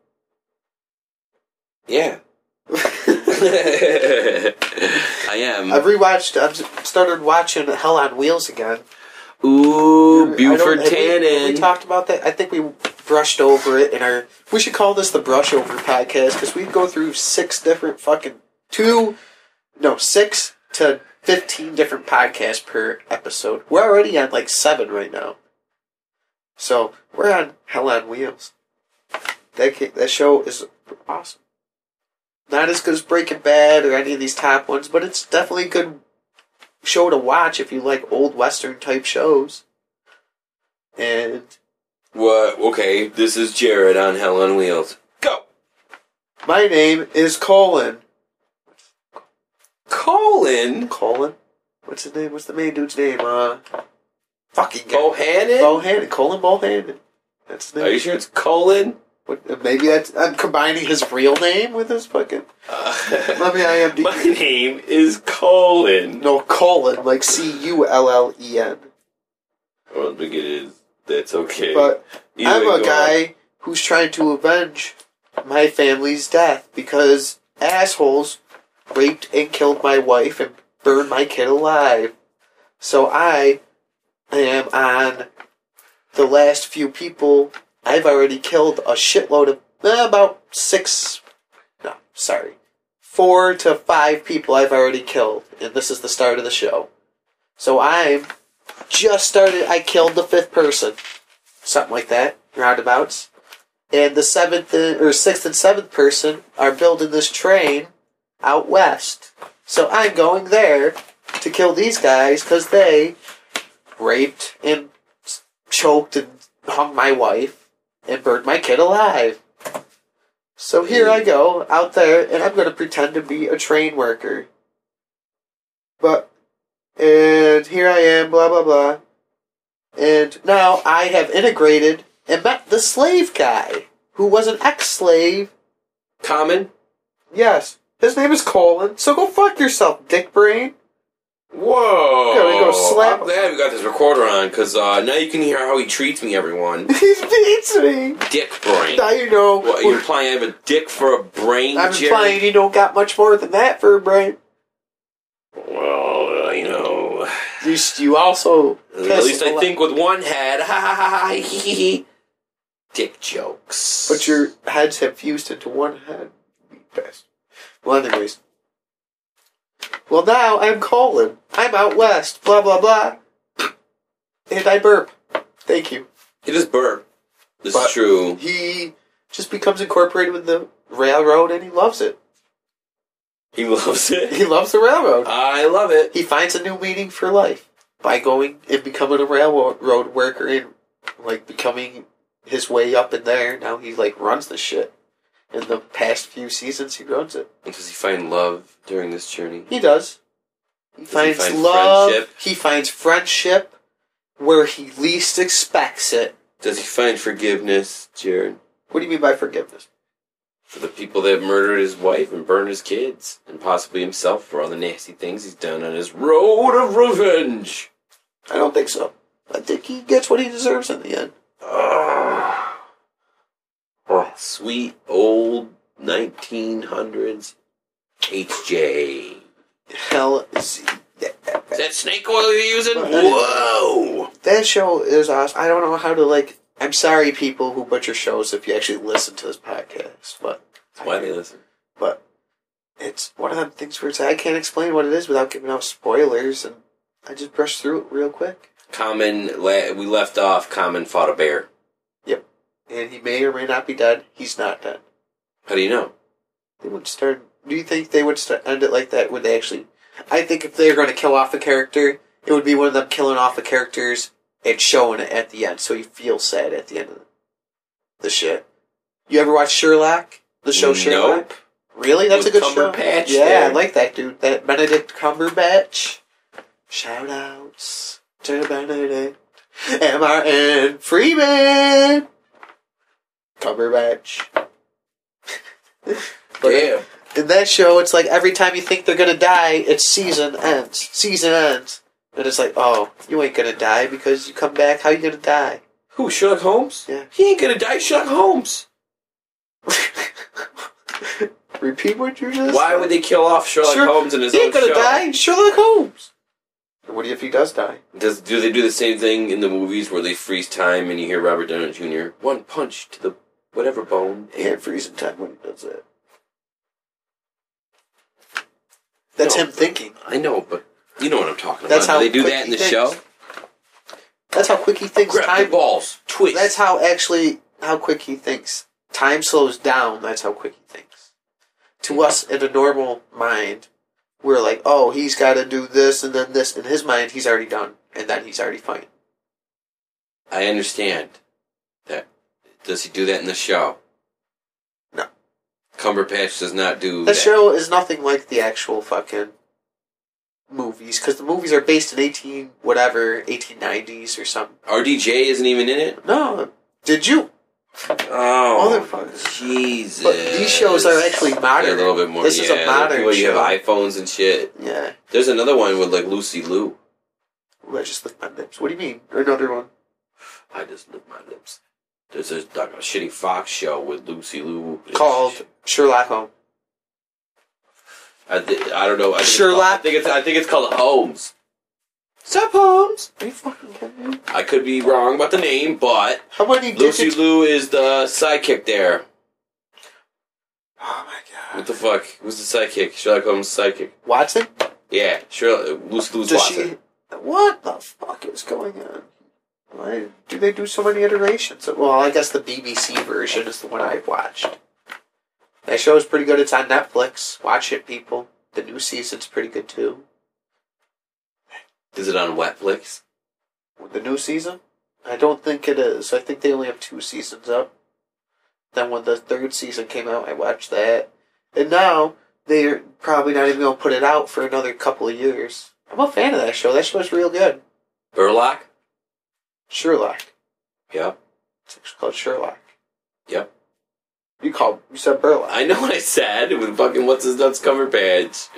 Speaker 3: Yeah. (laughs) I am.
Speaker 2: I've rewatched. I've started watching Hell on Wheels again.
Speaker 3: Ooh,
Speaker 2: I don't-
Speaker 3: Buford
Speaker 2: have we- have We,
Speaker 3: Tannen.
Speaker 2: talked about that. I think we brushed over it in our. We should call this the brush over podcast because we go through six different fucking two, no six to fifteen different podcasts per episode. We're already on like seven right now, so we're on Hell on Wheels. That ca- that show is awesome. Not as good as Breaking Bad or any of these top ones, but it's definitely a good show to watch if you like old western type shows and
Speaker 3: What? Okay, this is Jared on Hell on Wheels. Go!
Speaker 2: my name is Colin.
Speaker 3: Colin
Speaker 2: Colin? What's his name? What's the main dude's name? Uh, fucking guy.
Speaker 3: Bohannon?
Speaker 2: Bohannon. Colin Bohannon. That's his
Speaker 3: Are you
Speaker 2: name.
Speaker 3: sure it's Colin?
Speaker 2: What, uh, maybe that's, I'm combining his real name with his fucking. (laughs)
Speaker 3: Uh,
Speaker 2: Let me IMD.
Speaker 3: (laughs) my name is Colin.
Speaker 2: no, Colin, like C U L L E N.
Speaker 3: I don't think it is. That's okay.
Speaker 2: But
Speaker 3: Either way,
Speaker 2: I'm
Speaker 3: go
Speaker 2: a
Speaker 3: on.
Speaker 2: guy who's trying to avenge my family's death because assholes raped and killed my wife and burned my kid alive. So I am on the last few people. I've already killed a shitload of eh, about six. No, sorry. Four to five people I've already killed, and this is the start of the show. So I'm just started. I killed the fifth person something like that, roundabouts. And the seventh uh, or sixth and seventh person are building this train out west. So I'm going there to kill these guys because they raped and s- choked and hung my wife and burned my kid alive. So here I go out there, and I'm going to pretend to be a train worker. But and here I am, blah blah blah. And now I have integrated and met the slave guy, who was an ex slave.
Speaker 3: Common?
Speaker 2: Yes. His name is Colin, so go fuck yourself, dick brain. (laughs)
Speaker 3: Whoa!
Speaker 2: There we go, slap.
Speaker 3: I'm glad we got this recorder on because uh, now you can hear how he treats me, everyone.
Speaker 2: He beats me.
Speaker 3: dick
Speaker 2: (laughs)
Speaker 3: brain.
Speaker 2: Now you know.
Speaker 3: What, you're implying I have a dick for a brain,
Speaker 2: I'm
Speaker 3: Jerry?
Speaker 2: implying you don't got much more than that for a brain.
Speaker 3: Well, uh, you know.
Speaker 2: You, you also.
Speaker 3: At least
Speaker 2: piss a
Speaker 3: I
Speaker 2: lot.
Speaker 3: think with one head. Ha ha ha ha hee, hee hee. Dick jokes.
Speaker 2: But your heads have fused into one head. Best. Well, anyways. Well, now I'm Colin. I'm out west. Blah, blah, blah. And I burp. Thank you.
Speaker 3: It is burp. This
Speaker 2: But-
Speaker 3: is true.
Speaker 2: he just becomes incorporated with the railroad and he loves it. (laughs)
Speaker 3: He loves it.
Speaker 2: He loves the railroad.
Speaker 3: I love it.
Speaker 2: He finds a new meaning for life by going and becoming a railroad worker and like becoming his way up in there. Now he like runs the shit. In the past few seasons, he runs it.
Speaker 3: Does he find love during this journey?
Speaker 2: He does. He
Speaker 3: Does he
Speaker 2: finds
Speaker 3: find
Speaker 2: love.
Speaker 3: friendship?
Speaker 2: He finds friendship where he least expects it.
Speaker 3: Does he find forgiveness, Jared?
Speaker 2: What do you mean by forgiveness?
Speaker 3: for the people that murdered his wife and burned his kids, and possibly himself for all the nasty things he's done on his road
Speaker 2: (sighs)
Speaker 3: of revenge.
Speaker 2: I don't think so. I think he gets what he deserves in the end.
Speaker 3: Oh, sweet old 1900s HJ.
Speaker 2: Hell, see, that,
Speaker 3: Is that snake oil you're using?
Speaker 2: Well, that is-
Speaker 3: Whoa!
Speaker 2: that show is awesome. I don't know how to like. I'm sorry, people who butcher shows, if you actually listen to this podcast, but
Speaker 3: That's why they listen.
Speaker 2: but it's one of them things where it's I can't explain what it is without giving out spoilers, and I just brush through it real quick.
Speaker 3: Common, la- we left off. Common fought a bear.
Speaker 2: And he may or may not be dead. He's not dead.
Speaker 3: How do you know?
Speaker 2: They would start. Do you think they would start, end it like that? Would they actually? I think if they were going to kill off a character, it would be one of them killing off the characters and showing it at the end, so you feel sad at the end of the shit. You ever watch Sherlock? The show Sherlock.
Speaker 3: Nope.
Speaker 2: Really, that's
Speaker 3: With
Speaker 2: a good show.
Speaker 3: Cumberbatch
Speaker 2: Yeah,
Speaker 3: there.
Speaker 2: I like that dude. That Benedict Cumberbatch. Shout outs to Benedict. MRN Freeman. Cumberbatch. But-
Speaker 3: Damn.
Speaker 2: in that show, it's like every time you think they're gonna die, it's season ends. Season ends. And it's like, oh, you ain't gonna die because you come back. How you gonna die? (laughs)
Speaker 3: Who, Sherlock Holmes?
Speaker 2: Yeah.
Speaker 3: He ain't gonna die, Sherlock Holmes.
Speaker 2: Repeat what you just.
Speaker 3: Why would they kill off Sherlock
Speaker 2: Sure.
Speaker 3: Holmes in his
Speaker 2: He
Speaker 3: own
Speaker 2: ain't gonna
Speaker 3: show?
Speaker 2: die. Sherlock Holmes. What if he does die?
Speaker 3: Does do they do the same thing in the movies where they freeze time and you hear Robert Downey Jr. one punch to the whatever bone?
Speaker 2: And freeze in time when he does that. That's
Speaker 3: No.
Speaker 2: him thinking.
Speaker 3: I know, but you know what I'm talking
Speaker 2: That's
Speaker 3: about.
Speaker 2: how
Speaker 3: do they do
Speaker 2: quick
Speaker 3: that in
Speaker 2: he
Speaker 3: the show?
Speaker 2: thinks. That's how quick he thinks.
Speaker 3: Grab the
Speaker 2: Time.
Speaker 3: balls, twist.
Speaker 2: That's how actually how quick he thinks. Time slows down. That's how quick he thinks. To us, in a normal mind, we're like, oh, he's got to do this and then this. In his mind, he's already done, and then he's already fighting.
Speaker 3: I understand that. Does he do that in the show?
Speaker 2: No.
Speaker 3: Cumberpatch does not do
Speaker 2: The
Speaker 3: that.
Speaker 2: show is nothing like the actual fucking movies because the movies are based in eighteen whatever eighteen nineties or something.
Speaker 3: RDJ isn't even in it.
Speaker 2: No, did you?
Speaker 3: Oh,
Speaker 2: Motherfucker.
Speaker 3: Jesus!
Speaker 2: But these shows are actually modern.
Speaker 3: They're a little bit more.
Speaker 2: This is a
Speaker 3: yeah,
Speaker 2: modern
Speaker 3: people, You
Speaker 2: show.
Speaker 3: have iPhones and shit.
Speaker 2: Yeah,
Speaker 3: There's another one with like Lucy Liu.
Speaker 2: Ooh, I just licked my lips. What do you mean? Another one?
Speaker 3: I just licked my lips. There's a, like a shitty Fox show with Lucy Liu
Speaker 2: Called Sherlock Holmes.
Speaker 3: I, thi- I don't know. I think it's
Speaker 2: Sherlock?
Speaker 3: called- I think it's I think it's called Holmes.
Speaker 2: Sup, Holmes? Are you fucking kidding me?
Speaker 3: I could be wrong about the name, but
Speaker 2: How many
Speaker 3: Lucy
Speaker 2: digits?
Speaker 3: Liu is the sidekick there.
Speaker 2: Oh my
Speaker 3: What the fuck? Who's the sidekick? Sherlock Holmes sidekick.
Speaker 2: Watson?
Speaker 3: Yeah, Sherlock Lucy Liu's
Speaker 2: Does
Speaker 3: Watson.
Speaker 2: she? What the fuck is going on? Why do they do so many iterations? Well, I guess the BBC version is the one I've watched. That show is pretty good. It's on Netflix. Watch it, people. The new season's pretty good too.
Speaker 3: Is it on Netflix?
Speaker 2: The new season? I don't think it is. I think they only have two seasons up. Then when the third season came out, I watched that. And now they're probably not even gonna put it out for another couple of years. I'm a fan of that show. That show's real good.
Speaker 3: Burlock.
Speaker 2: Sherlock.
Speaker 3: Yep.
Speaker 2: It's actually called Sherlock.
Speaker 3: Yep.
Speaker 2: You called you said Burlock.
Speaker 3: I know what I said with fucking what's his nuts cover badge.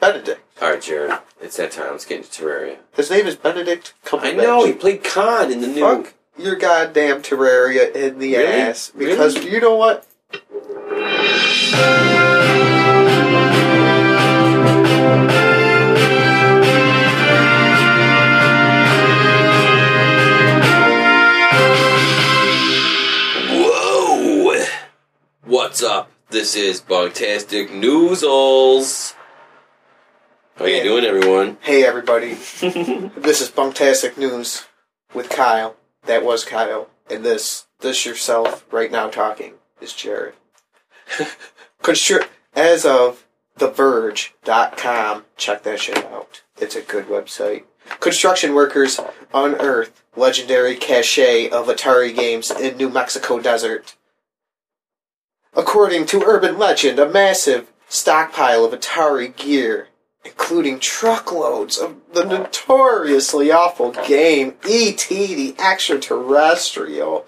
Speaker 2: Benedict.
Speaker 3: All right, Jared. It's that time. Let's get into Terraria.
Speaker 2: His name is Benedict
Speaker 3: I
Speaker 2: Cumberbatch.
Speaker 3: know he played Khan in the new.
Speaker 2: Fuck your goddamn Terraria in the
Speaker 3: Really?
Speaker 2: ass. Because you know what?
Speaker 3: Whoa! What's up? This is Bugtastic Newsles. How you
Speaker 2: Yeah.
Speaker 3: doing, everyone?
Speaker 2: Hey everybody. This is Bunktastic News with Kyle. That was Kyle. And this, this yourself right now talking is Jared. Constru- as of TheVerge.com, check that shit out. It's a good website. Construction workers unearth legendary cache of Atari games in New Mexico desert. According to urban legend, a massive stockpile of Atari gear including truckloads of the notoriously awful game E.T. the E Extraterrestrial,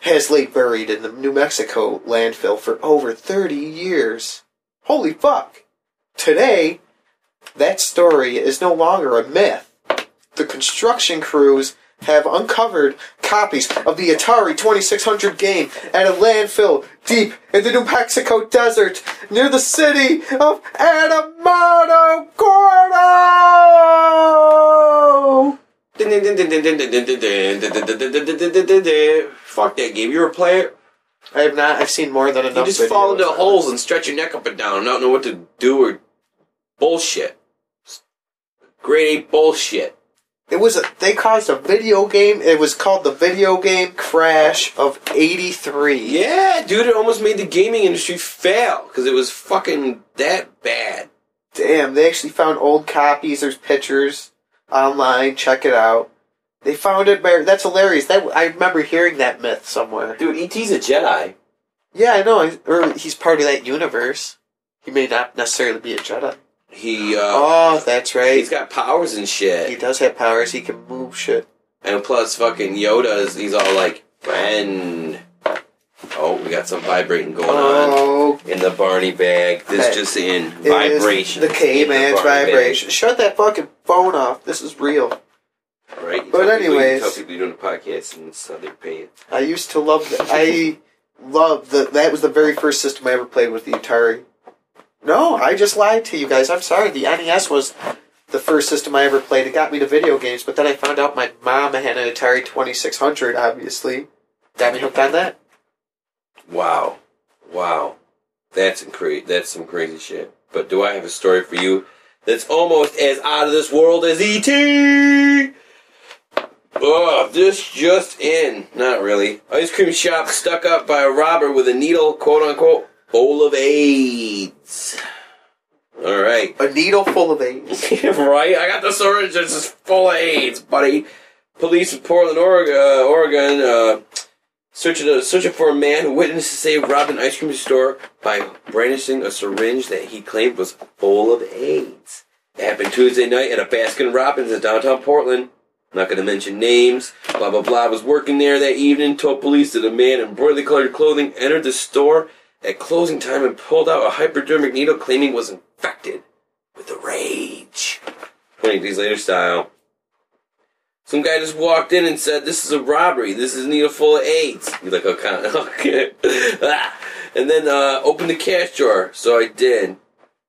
Speaker 2: has lay buried in the New Mexico landfill for over 30 years. Holy fuck! Today, that story is no longer a myth. The construction crews have uncovered copies of the Atari 2600 game at a landfill deep in the New Mexico desert near the city of Anamano Gordo!
Speaker 3: Fuck that game. You were playing.
Speaker 2: I have not. I've seen more than enough.
Speaker 3: You just
Speaker 2: videos.
Speaker 3: fall into holes and stretch your neck up and down and not know what to do or bullshit. Grade eight bullshit.
Speaker 2: It was a. They caused a video game. It was called the video game crash of '83.
Speaker 3: Yeah, dude, it almost made the gaming industry fail because it was fucking that bad.
Speaker 2: Damn, they actually found old copies. There's pictures online. Check it out. They found it. By, that's hilarious. That I remember hearing that myth somewhere.
Speaker 3: Dude, ET's a Jedi.
Speaker 2: Yeah, I know. I- Or he's part of that universe. He may not necessarily be a Jedi.
Speaker 3: He uh,
Speaker 2: Oh, that's right.
Speaker 3: he's got powers and shit.
Speaker 2: he does have powers. He can move shit.
Speaker 3: And plus, fucking Yoda is, he's all like, friend. Oh, we got some vibrating going on
Speaker 2: Oh,
Speaker 3: in the Barney bag. This
Speaker 2: Hey,
Speaker 3: just in
Speaker 2: it is
Speaker 3: vibration.
Speaker 2: The caveman's vibration. Shut that fucking phone off. This is real.
Speaker 3: Right? You
Speaker 2: But
Speaker 3: tell people-
Speaker 2: anyways-
Speaker 3: You tell people you're doing a podcast and so they're paying.
Speaker 2: I used to love that. I love that. That was the very first system I ever played with the Atari. No, I just lied to you guys. I'm sorry. The NES was the first system I ever played. It got me to video games, but then I found out my mom had an Atari 2600, obviously. Got me hooked on that.
Speaker 3: Wow. Wow. That's incre- That's some crazy shit. But do I have a story for you that's almost as out of this world as E E.T.? Ugh, Oh, this just in. Not really. Ice cream shop stuck up by a robber with a needle, quote unquote, full of AIDS. Alright.
Speaker 2: A needle full of AIDS.
Speaker 3: (laughs) right? I got the syringe that's just full of AIDS, buddy. Police in Portland, Oregon, uh, Oregon uh, searching, uh, searching for a man who witnessed to say robbed an ice cream store by brandishing a syringe that he claimed was full of AIDS. It happened Tuesday night at a Baskin Robbins in downtown Portland. Not going to mention names. Blah blah blah. Was working there that evening. Told police that a man in brightly colored clothing entered the store at closing time and pulled out a hypodermic needle, claiming was infected with the rage. 20 days later style. Some guy just walked in and said, This is a robbery. This is needle full of AIDS. You're like, okay. (laughs) okay. Ah. and then uh, opened the cash drawer. So I did.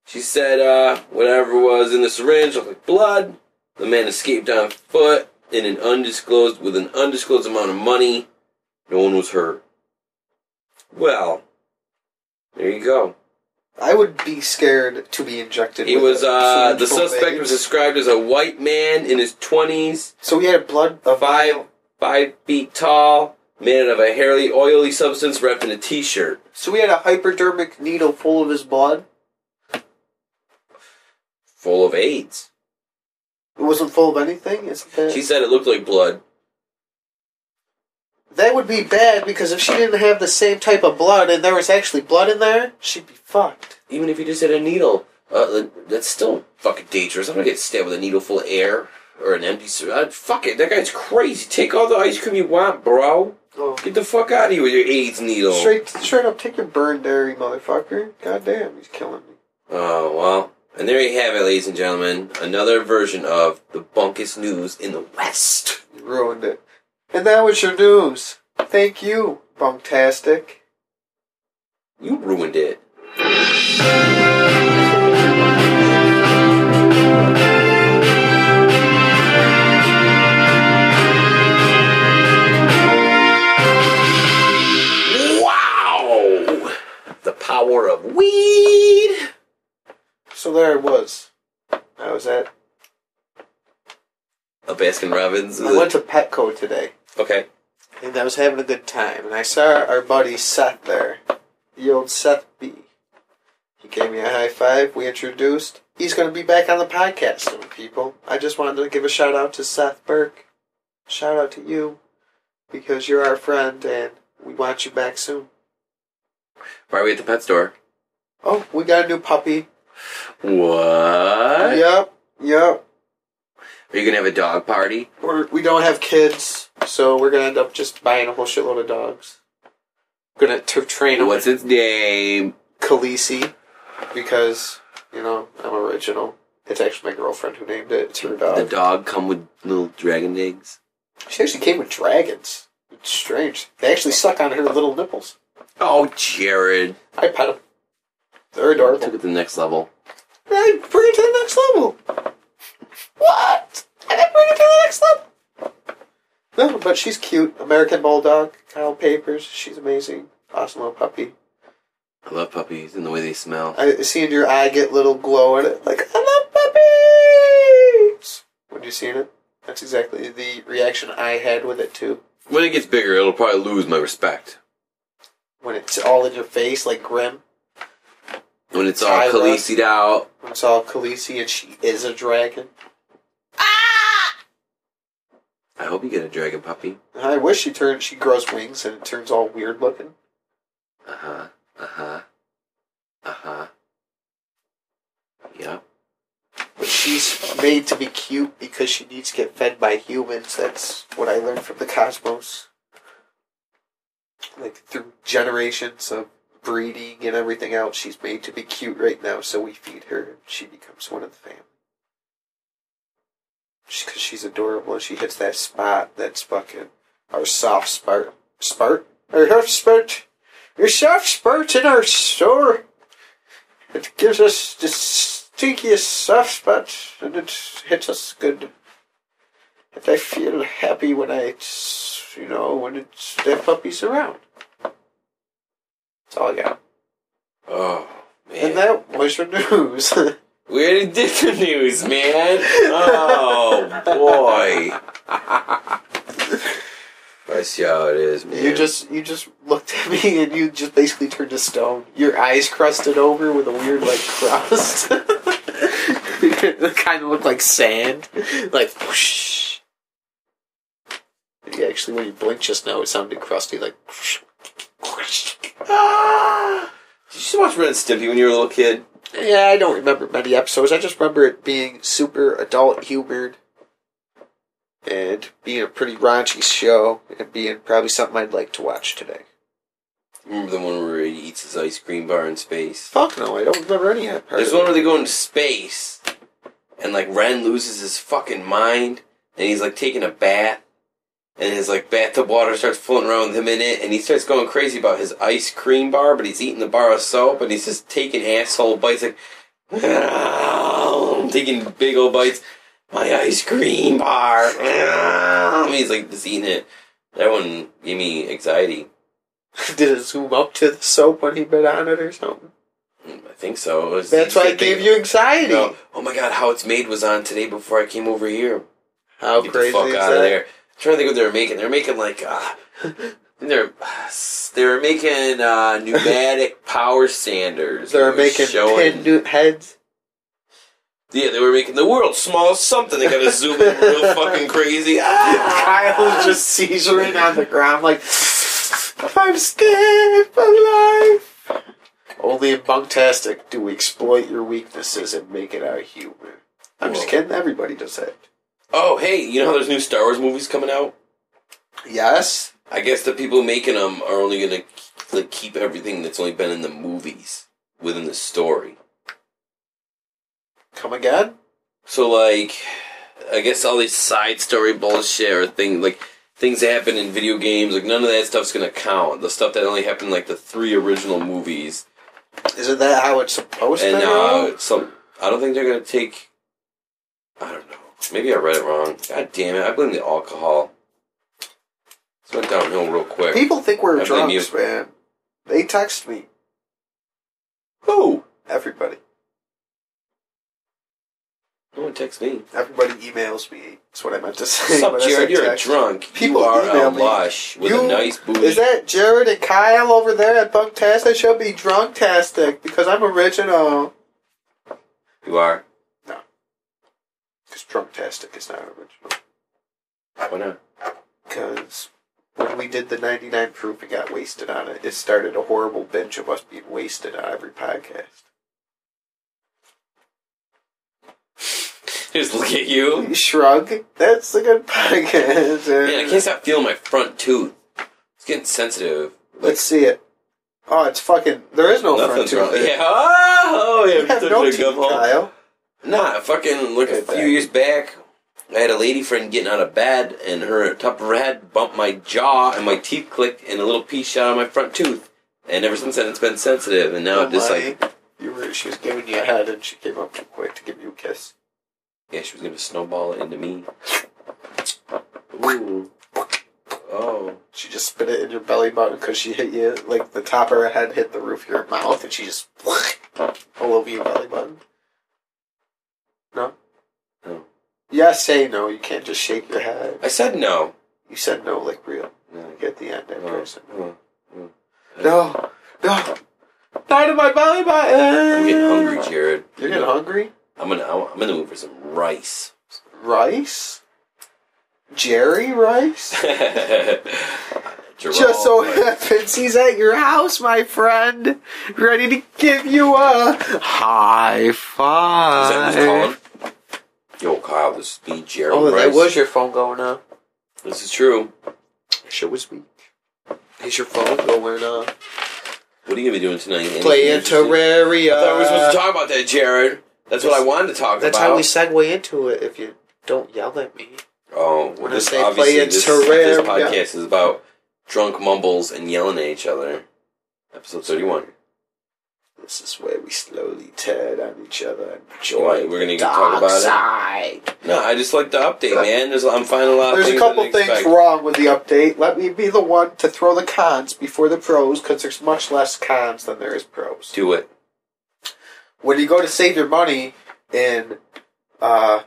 Speaker 3: She said, uh, Whatever was in the syringe looked like blood. The man escaped on foot in an undisclosed with an undisclosed amount of money. No one was hurt. Well, there you go.
Speaker 2: I would be scared to be injected.
Speaker 3: He
Speaker 2: with
Speaker 3: was
Speaker 2: a
Speaker 3: uh,
Speaker 2: syringe
Speaker 3: the
Speaker 2: full of
Speaker 3: suspect was
Speaker 2: AIDS.
Speaker 3: described as a white man in his twenties,
Speaker 2: So we had a blood a
Speaker 3: five five feet tall, made out of a hairy, oily substance wrapped in a t-shirt.
Speaker 2: So we had a hypodermic needle full of his blood.
Speaker 3: Full of AIDS.
Speaker 2: It wasn't full of anything. Isn't that?
Speaker 3: She said it looked like blood.
Speaker 2: That would be bad because if she didn't have the same type of blood and there was actually blood in there, she'd be fucked.
Speaker 3: Even if you just had a needle, uh, that's still fucking dangerous. I'm gonna get stabbed with a needle full of air or an empty. Ser- uh, fuck it, that guy's crazy. Take all the ice cream you want, bro. Get the fuck out of here with your AIDS needle.
Speaker 2: Straight, straight up, take your burn dairy, motherfucker. Goddamn, he's killing me.
Speaker 3: Oh, well. And there you have it, ladies and gentlemen. Another version of the bunkus news in the West.
Speaker 2: You ruined it. And that was your news. Thank you, Bunktastic.
Speaker 3: You ruined it. Wow! The power of weed!
Speaker 2: So there I was. I was at.
Speaker 3: A Baskin Robbins.
Speaker 2: I went to Petco today,
Speaker 3: okay.
Speaker 2: and I was having a good time. And I saw our buddy Seth there, the old Seth B. He gave me a high five. We introduced. He's going to be back on the podcast soon, people. I just wanted to give a shout out to Seth Burke. Shout out to you because you're our friend and we want you back soon.
Speaker 3: Why are we at the pet store?
Speaker 2: Oh, we got a new puppy.
Speaker 3: What?
Speaker 2: Yep, yep.
Speaker 3: Are you gonna have a dog party?
Speaker 2: We're, we don't have kids, so we're going to end up just buying a whole shitload of dogs. gonna t- train him
Speaker 3: What's
Speaker 2: with
Speaker 3: its name?
Speaker 2: Khaleesi because you know I'm original. It's actually my girlfriend who named it. It's her
Speaker 3: The
Speaker 2: dog.
Speaker 3: dog come with little dragon eggs.
Speaker 2: She actually came with dragons. It's strange. They actually suck on her little nipples.
Speaker 3: Oh, Jared.
Speaker 2: I pet them. They're
Speaker 3: Took
Speaker 2: adorable.
Speaker 3: it to the next level.
Speaker 2: I bring it to the next level. What? I didn't bring it to the next level. No, but she's cute. American Bulldog, Kyle Papers. She's amazing. Awesome little puppy.
Speaker 3: I love puppies and the way they smell.
Speaker 2: I seen your eye get little glow in it, like I love puppies. When you seen it, that's exactly the reaction I had with it too.
Speaker 3: When it gets bigger, it'll probably lose my respect.
Speaker 2: When it's all in your face, like grim.
Speaker 3: When it's all
Speaker 2: Tyra.
Speaker 3: khaleesi'd out,
Speaker 2: When it's all Khaleesi and she is a dragon.
Speaker 3: I hope you get a dragon puppy.
Speaker 2: And I wish she turned. She grows wings and it turns all weird looking.
Speaker 3: Uh huh. Uh huh. Uh huh. Yep.
Speaker 2: But she's made to be cute because she needs to get fed by humans. That's what I learned from the cosmos. Like through generations of breeding and everything else, she's made to be cute right now, so we feed her and she becomes one of the family. Because she's adorable and she hits that spot that's fucking our soft spurt. Spurt? Our soft spurt. Your soft spurt in our store. It gives us the stinkiest soft spot, and it hits us good. And I feel happy when I, it's, you know, when it's that puppy's around. That's all I got.
Speaker 3: Oh man.
Speaker 2: And that was your news. (laughs)
Speaker 3: we already did the news, man. Oh boy. (laughs) I see how it is, man.
Speaker 2: you just, you just looked at me, and you just basically turned to stone. Your eyes crusted over with a weird like crust. (laughs) it kind of looked like sand, like whoosh. Yeah, actually, when you blinked just now, it sounded crusty, like. Ah!
Speaker 3: Did you just watch Ren and Stimpy when you were a little kid?
Speaker 2: Yeah, I don't remember many episodes. I just remember it being super adult humored and being a pretty raunchy show and being probably something I'd like to watch today.
Speaker 3: Remember the one where he eats his ice cream bar in space?
Speaker 2: Fuck no, I don't remember any of that part.
Speaker 3: There's
Speaker 2: of
Speaker 3: one
Speaker 2: it.
Speaker 3: where they go into space, and like Ren loses his fucking mind, and he's like taking a bath, and his like bathtub water starts floating around with him in it, and he starts going crazy about his ice cream bar, but he's eating the bar of soap, and he's just taking asshole bites, like (laughs) taking big old bites. My ice cream bar. (laughs) And he's like just eating it. That one gave me anxiety.
Speaker 2: Did it zoom up to the soap when he bit on it or something?
Speaker 3: I think so. It was-
Speaker 2: That's why it gave you anxiety.
Speaker 3: No. Oh my god, How It's Made was on today before I came over here.
Speaker 2: How
Speaker 3: Get
Speaker 2: crazy
Speaker 3: the fuck
Speaker 2: is
Speaker 3: out
Speaker 2: that?
Speaker 3: of there. I'm trying to think what they were making. They're making like uh (laughs) they're they were making uh
Speaker 2: (laughs)
Speaker 3: pneumatic power sanders.
Speaker 2: They're
Speaker 3: They were
Speaker 2: making pin new heads.
Speaker 3: Yeah, they were making the world's smallest something. They gotta zoom
Speaker 2: (laughs)
Speaker 3: in real fucking crazy. Ah!
Speaker 2: Kyle's (laughs) just seizuring on the ground like, I'm scared for life. Only in Bunktastic do we exploit your weaknesses and make it our humor. I'm just
Speaker 3: Whoa.
Speaker 2: kidding. Everybody does that.
Speaker 3: Oh hey, you know how there's new Star Wars movies coming out?
Speaker 2: Yes.
Speaker 3: I guess the people making them are only gonna like keep everything that's only been in the movies within the story.
Speaker 2: Come again?
Speaker 3: So like, I guess all these side story bullshit or thing like things that happen in video games, like none of that stuff's gonna count. The stuff that only happened in, like the three original movies,
Speaker 2: Isn't that how it's supposed
Speaker 3: and
Speaker 2: to
Speaker 3: now
Speaker 2: go?
Speaker 3: uh, some. I don't think they're gonna take. I don't know. Maybe I read it wrong. God damn it! I blame the alcohol. It went downhill real quick.
Speaker 2: People think we're
Speaker 3: I blame
Speaker 2: drunks, man. They text me.
Speaker 3: Who?
Speaker 2: Everybody.
Speaker 3: No one texts me.
Speaker 2: Everybody emails me. That's what I meant to say.
Speaker 3: What's up,
Speaker 2: when I said
Speaker 3: Jared? You're a
Speaker 2: text.
Speaker 3: drunk.
Speaker 2: People
Speaker 3: you are
Speaker 2: email
Speaker 3: a
Speaker 2: me.
Speaker 3: lush with
Speaker 2: You-
Speaker 3: a nice booty.
Speaker 2: Is that Jared and Kyle over there at Bunktastic? Should be Drunk-tastic because I'm original.
Speaker 3: you are.
Speaker 2: Because Drunk-tastic is not original.
Speaker 3: Why not?
Speaker 2: Because when we did the 99 proof and got wasted on it, it started a horrible binge of us being wasted on every podcast.
Speaker 3: Just look at you.
Speaker 2: Shrug. That's a good (laughs) podcast.
Speaker 3: Man, I can't stop feeling my front tooth. It's getting sensitive.
Speaker 2: Let's see it. Oh, it's fucking. There is no front
Speaker 3: Nothing's
Speaker 2: tooth.
Speaker 3: wrong.
Speaker 2: there.
Speaker 3: Yeah.
Speaker 2: (laughs)
Speaker 3: (laughs) Oh, yeah.
Speaker 2: You have
Speaker 3: such
Speaker 2: no
Speaker 3: a
Speaker 2: teeth,
Speaker 3: good hole.
Speaker 2: Kyle.
Speaker 3: Nah, fucking like a
Speaker 2: Good
Speaker 3: few
Speaker 2: bag.
Speaker 3: years back, I had a lady friend getting out of bed, and her top of her head bumped my jaw, and my teeth clicked, and a little piece shot out of my front tooth. And ever since then, it's been sensitive, and now it just like
Speaker 2: Mine, you were, she was giving you a head, and she came up too quick to give you a kiss.
Speaker 3: yeah, she was gonna snowball it into me. Ooh. Oh.
Speaker 2: She just spit it in your belly button because she hit you like the top of her head hit the roof of your mouth, and she just (laughs) all over your belly button. No.
Speaker 3: No.
Speaker 2: Yeah, say no. You can't just shake your head.
Speaker 3: I said no.
Speaker 2: You said no, like real.
Speaker 3: No.
Speaker 2: Like at the end, that
Speaker 3: No.
Speaker 2: person.
Speaker 3: no.
Speaker 2: No, no. Not in my belly button.
Speaker 3: I'm getting hungry, Jared.
Speaker 2: You're getting hungry.
Speaker 3: I'm gonna I'm in the mood for some rice. (laughs)
Speaker 2: Rice. Jerry Rice.
Speaker 3: Gerald,
Speaker 2: Just so
Speaker 3: like,
Speaker 2: happens he's at your house, my friend, ready to give you a high
Speaker 3: Is
Speaker 2: five.
Speaker 3: that who's calling? Yo, Kyle, this is me, Jerry.
Speaker 2: Uh, Oh,
Speaker 3: Rice.
Speaker 2: that was your phone going up.
Speaker 3: This is true.
Speaker 2: Shit was weak. Is your phone going up?
Speaker 3: What are you gonna be doing tonight? Anything
Speaker 2: Playing
Speaker 3: interesting?
Speaker 2: Terraria.
Speaker 3: I thought we were supposed to talk about that, Jared. That's what I wanted to talk
Speaker 2: uh, That's
Speaker 3: about.
Speaker 2: how we segue into it. If you don't yell at me,
Speaker 3: Oh, well,
Speaker 2: When I
Speaker 3: this
Speaker 2: say
Speaker 3: obviously
Speaker 2: play it
Speaker 3: this,
Speaker 2: Terraria.
Speaker 3: this podcast is about drunk mumbles and yelling at each other. Episode thirty-one.
Speaker 2: this is where we slowly tear on each other. and
Speaker 3: Why,
Speaker 2: Enjoy.
Speaker 3: we're gonna
Speaker 2: the
Speaker 3: get- talk
Speaker 2: dark
Speaker 3: about it?
Speaker 2: side.
Speaker 3: No, I just like the update, man. There's, I'm finding a lot.
Speaker 2: There's
Speaker 3: of
Speaker 2: a
Speaker 3: things
Speaker 2: couple
Speaker 3: I didn't
Speaker 2: things
Speaker 3: expect.
Speaker 2: wrong with the update. Let me be the one to throw the cons before the pros, because there's much less cons than there is pros.
Speaker 3: Do it.
Speaker 2: When you go to save your money in uh,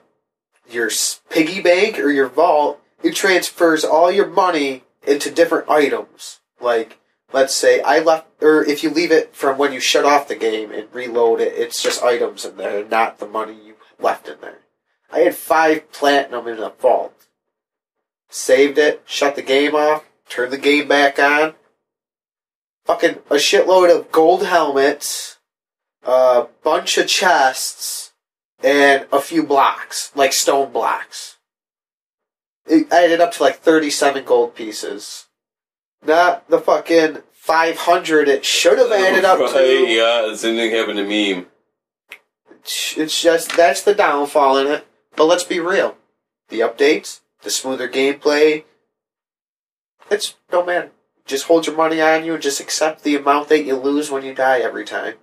Speaker 2: your s- piggy bank or your vault, it transfers all your money into different items. Like, let's say I left, or if you leave it from when you shut off the game and reload it, it's just items in there, not the money you left in there. I had five platinum in a vault saved it, shut the game off, turned the game back on. Fucking a shitload of gold helmets, a bunch of chests, and a few blocks, like stone blocks. It added up to like 37 gold pieces. Not the fucking 500 it should have added up to.
Speaker 3: (laughs) Right, Yeah, the same thing happened to me.
Speaker 2: It's just that's the downfall in it. But let's be real. The updates, the smoother gameplay. It's no matter. Just hold your money on you and just accept the amount that you lose when you die every time.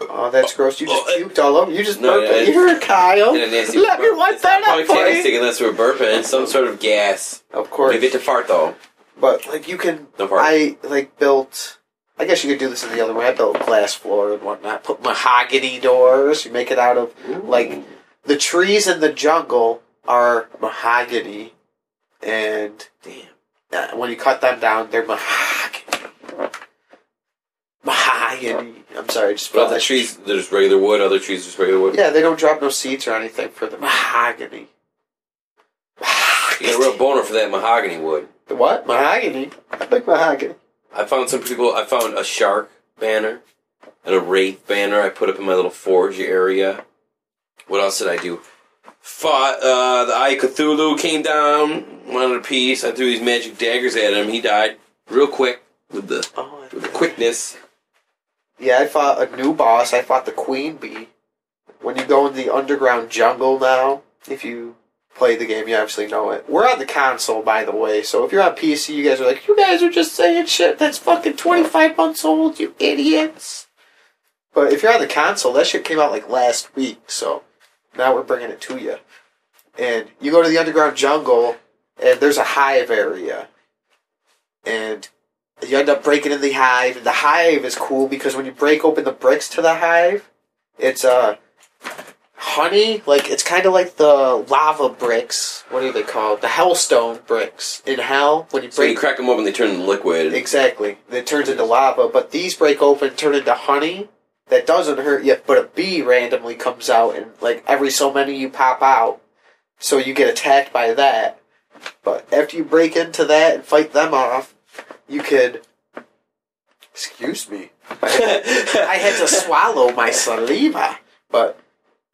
Speaker 2: Oh, that's gross. You just puked all over. You just
Speaker 3: No,
Speaker 2: burped.
Speaker 3: yeah,
Speaker 2: Here, Kyle.
Speaker 3: And a nasty
Speaker 2: Oh, Let me
Speaker 3: burp.
Speaker 2: wipe
Speaker 3: It's not
Speaker 2: that up for
Speaker 3: Polytastic
Speaker 2: you.
Speaker 3: unless we're burping. It's some sort of gas.
Speaker 2: Of course.
Speaker 3: We get to fart though.
Speaker 2: But like you can,
Speaker 3: No part.
Speaker 2: I like built. I guess you could do this in the other way. I built glass floor and whatnot. Put mahogany doors. You make it out of like the trees in the jungle are mahogany, and
Speaker 3: Damn.
Speaker 2: uh, when you cut them down, they're mahogany. Mahogany. I'm sorry, I just
Speaker 3: But
Speaker 2: spelled
Speaker 3: other
Speaker 2: that.
Speaker 3: trees, there's regular wood. Other trees, just regular wood.
Speaker 2: Yeah, they don't drop no seeds or anything for the mahogany.
Speaker 3: You get a real boner for that mahogany wood.
Speaker 2: The what? Mahogany. I like mahogany.
Speaker 3: I found some people. I found a shark banner and a wraith banner. I put up in my little forge area. What else did I do? Fought uh, the Eye of Cthulhu came down, wanted a piece. I threw these magic daggers at him. He died real quick with the
Speaker 2: Oh,
Speaker 3: with the quickness.
Speaker 2: Yeah, I fought a new boss. I fought the queen bee. When you go in the underground jungle now, if you play the game, you obviously know it. We're on the console, by the way. So if you're on PC, you guys are like, you guys are just saying shit that's fucking 25 months old, you idiots. But if you're on the console, that shit came out like last week. So now we're bringing it to you. And you go to the underground jungle, and there's a hive area. And you end up breaking in the hive. and The hive is cool because when you break open the bricks to the hive, it's uh honey. Like it's kind of like the lava bricks. What are they called? The hellstone bricks in hell. When you
Speaker 3: So you
Speaker 2: break
Speaker 3: crack them open, they turn into liquid.
Speaker 2: exactly, it turns into lava. But these break open, turn into honey. That doesn't hurt yet, but a bee randomly comes out, and like every so many you pop out, so you get attacked by that. But after you break into that and fight them off, you could. Excuse me. (laughs) I
Speaker 3: I
Speaker 2: had to swallow my saliva. But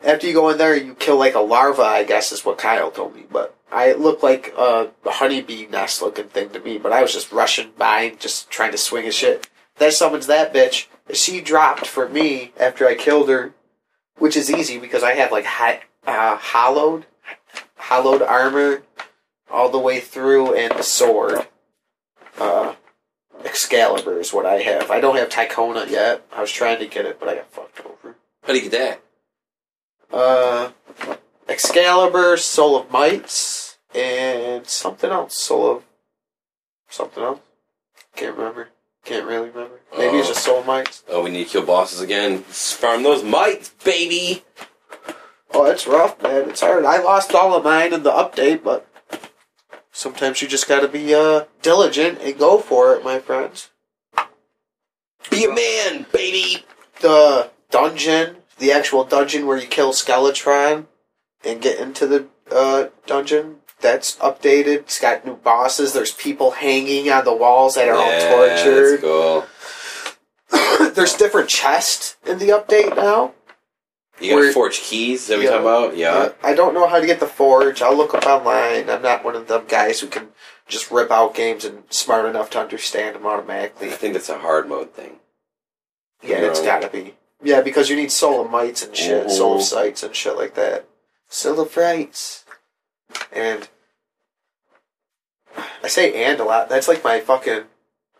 Speaker 2: after you go in there, you kill like a larva, I guess is what Kyle told me. But I it looked like a honeybee nest looking thing to me, but I was just rushing by, just trying to swing a shit. Then summons that bitch. She dropped for me after I killed her, which is easy because I have like hi- uh, hollowed, hollowed armor all the way through and a sword. Uh, Excalibur is what I have. I don't have Tycona yet. I was trying to get it, but I got fucked over.
Speaker 3: How do you get that?
Speaker 2: Uh, Excalibur, Soul of Mites, and something else. Soul of something else. Can't remember. Can't really remember. Maybe it's
Speaker 3: Oh.
Speaker 2: just Soul of Mites.
Speaker 3: Oh, we need to kill bosses again. Farm those mites, baby.
Speaker 2: Oh, it's rough, man. It's hard. I lost all of mine in the update, but sometimes you just gotta be uh diligent and go for it, my friends.
Speaker 3: Be a man, baby.
Speaker 2: The dungeon, the actual dungeon where you kill Skeletron and get into the uh, dungeon, that's updated. It's got new bosses. There's people hanging on the walls that are
Speaker 3: Yeah,
Speaker 2: all tortured.
Speaker 3: That's cool.
Speaker 2: (clears throat) There's different chests in the update now.
Speaker 3: You gotta
Speaker 2: We're-
Speaker 3: forge keys. Is that what
Speaker 2: Yeah.
Speaker 3: you're talking about? Yeah.
Speaker 2: Uh, I don't know how to get the forge. I'll look up online. I'm not one of them guys who can just rip out games and smart enough to understand them automatically.
Speaker 3: I think that's a hard mode thing.
Speaker 2: Yeah, it's
Speaker 3: No.
Speaker 2: gotta be. Yeah, because you need soul of mites and shit,
Speaker 3: Mhm.
Speaker 2: soul of sights and shit like that. Soul of rights. And I say and a lot. That's like my fucking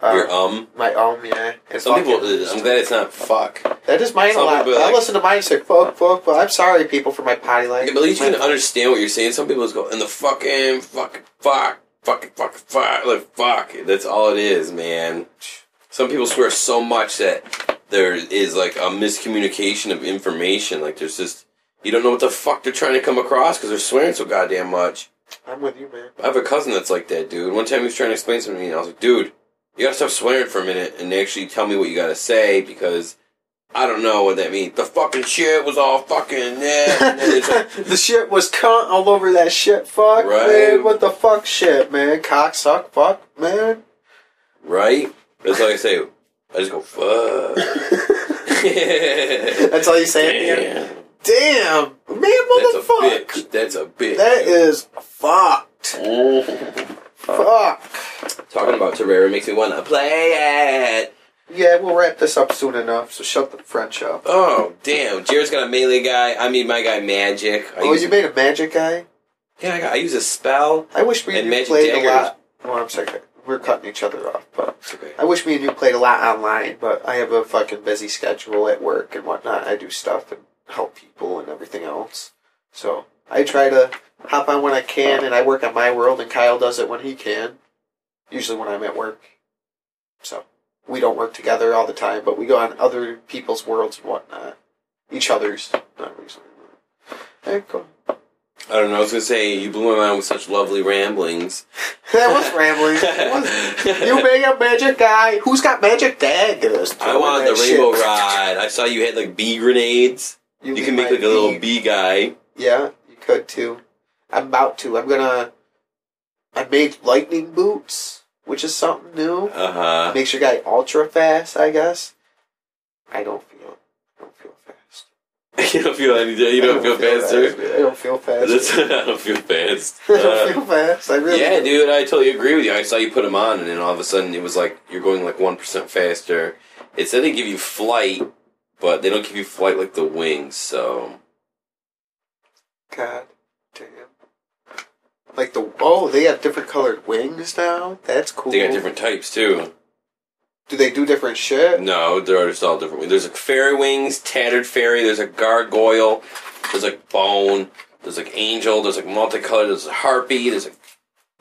Speaker 2: uh,
Speaker 3: Your um.
Speaker 2: my um yeah. And
Speaker 3: Some people.
Speaker 2: fucking-
Speaker 3: I'm glad it's not fuck.
Speaker 2: that is mine a
Speaker 3: some
Speaker 2: lot.
Speaker 3: people
Speaker 2: I
Speaker 3: like-
Speaker 2: listen to mine and say fuck fuck fuck. I'm sorry people for my potty
Speaker 3: Yeah,
Speaker 2: language.
Speaker 3: but at least you
Speaker 2: My-
Speaker 3: can understand what you're saying. Some people just go in the fucking fucking fuck fucking fucking fuck like fuck. That's all it is, man. Some people swear so much that there is like a miscommunication of information. Like there's just you don't know what the fuck they're trying to come across because they're swearing so goddamn much.
Speaker 2: I'm with you,
Speaker 3: (laughs)
Speaker 2: man.
Speaker 3: I have a cousin that's like that, dude. One time he was trying to explain something to me, and I was like, dude, you gotta stop swearing for a minute and actually tell me what you gotta say because I don't know what that means. The fucking shit was all fucking that. And then it's
Speaker 2: (laughs)
Speaker 3: like,
Speaker 2: the shit was cunt all over that shit. Fuck,
Speaker 3: Right.
Speaker 2: man. What the fuck shit, man? Cock suck, fuck, man. (laughs)
Speaker 3: right? That's all I say. I just go, fuck.
Speaker 2: (laughs) That's all you say at the end?
Speaker 3: Damn.
Speaker 2: Damn. Man,
Speaker 3: That's a
Speaker 2: motherfucker.
Speaker 3: bitch. That's a bitch.
Speaker 2: That is fucked. Fuck.
Speaker 3: Talking about Terraria makes me wanna play it.
Speaker 2: Yeah, we'll wrap this up soon enough, so shut the French up.
Speaker 3: Oh, damn. Jared's got a melee guy. I mean, my guy, Magic. I
Speaker 2: Oh,
Speaker 3: use,
Speaker 2: you made a magic guy?
Speaker 3: yeah, I, got, I use a spell.
Speaker 2: I wish me and
Speaker 3: And
Speaker 2: you
Speaker 3: magic
Speaker 2: played
Speaker 3: daggers.
Speaker 2: a lot. Well, I'm sorry. We're cutting each other off, but
Speaker 3: It's okay.
Speaker 2: I wish me and you played a lot online, but I have a fucking busy schedule at work and whatnot. I do stuff and help people and everything else. So I try to hop on when I can, and I work on my world, and Kyle does it when he can. Usually when I'm at work. So we don't work together all the time, but we go on other people's worlds and whatnot. Each other's, not recently. Hey, cool. (laughs)
Speaker 3: I don't know. I was gonna say you blew my mind with such lovely
Speaker 2: (laughs)
Speaker 3: ramblings.
Speaker 2: That was rambling. It was-
Speaker 3: (laughs)
Speaker 2: You make a magic guy. Who's got magic daggers?
Speaker 3: I wanted the
Speaker 2: That
Speaker 3: rainbow
Speaker 2: shit.
Speaker 3: ride. I saw you had like bee grenades. You
Speaker 2: need
Speaker 3: can make
Speaker 2: my
Speaker 3: like a little
Speaker 2: bead.
Speaker 3: bee guy.
Speaker 2: Yeah, you could too. I'm about to. I'm gonna. I made lightning boots, which is something new.
Speaker 3: Uh huh.
Speaker 2: Makes your guy ultra fast, I guess. I don't feel. I don't feel fast.
Speaker 3: (laughs) you don't feel any. You
Speaker 2: I
Speaker 3: don't feel faster.
Speaker 2: fast. I don't feel
Speaker 3: (laughs)
Speaker 2: fast.
Speaker 3: That's, I don't feel fast.
Speaker 2: (laughs) I don't
Speaker 3: Uh,
Speaker 2: feel fast. I really.
Speaker 3: yeah,
Speaker 2: don't.
Speaker 3: dude, I totally agree with you. I saw you put them on, and then all of a sudden it was like you're going like one percent faster. It said they give you flight, but they don't give you flight like the wings. So
Speaker 2: God damn. Like the oh, they have different colored wings now. That's cool.
Speaker 3: they got different types too.
Speaker 2: Do they do different shit?
Speaker 3: No, they're just all different. There's like fairy wings, tattered fairy. There's a gargoyle. There's like bone. There's like angel. There's like multicolored. There's a harpy. There's like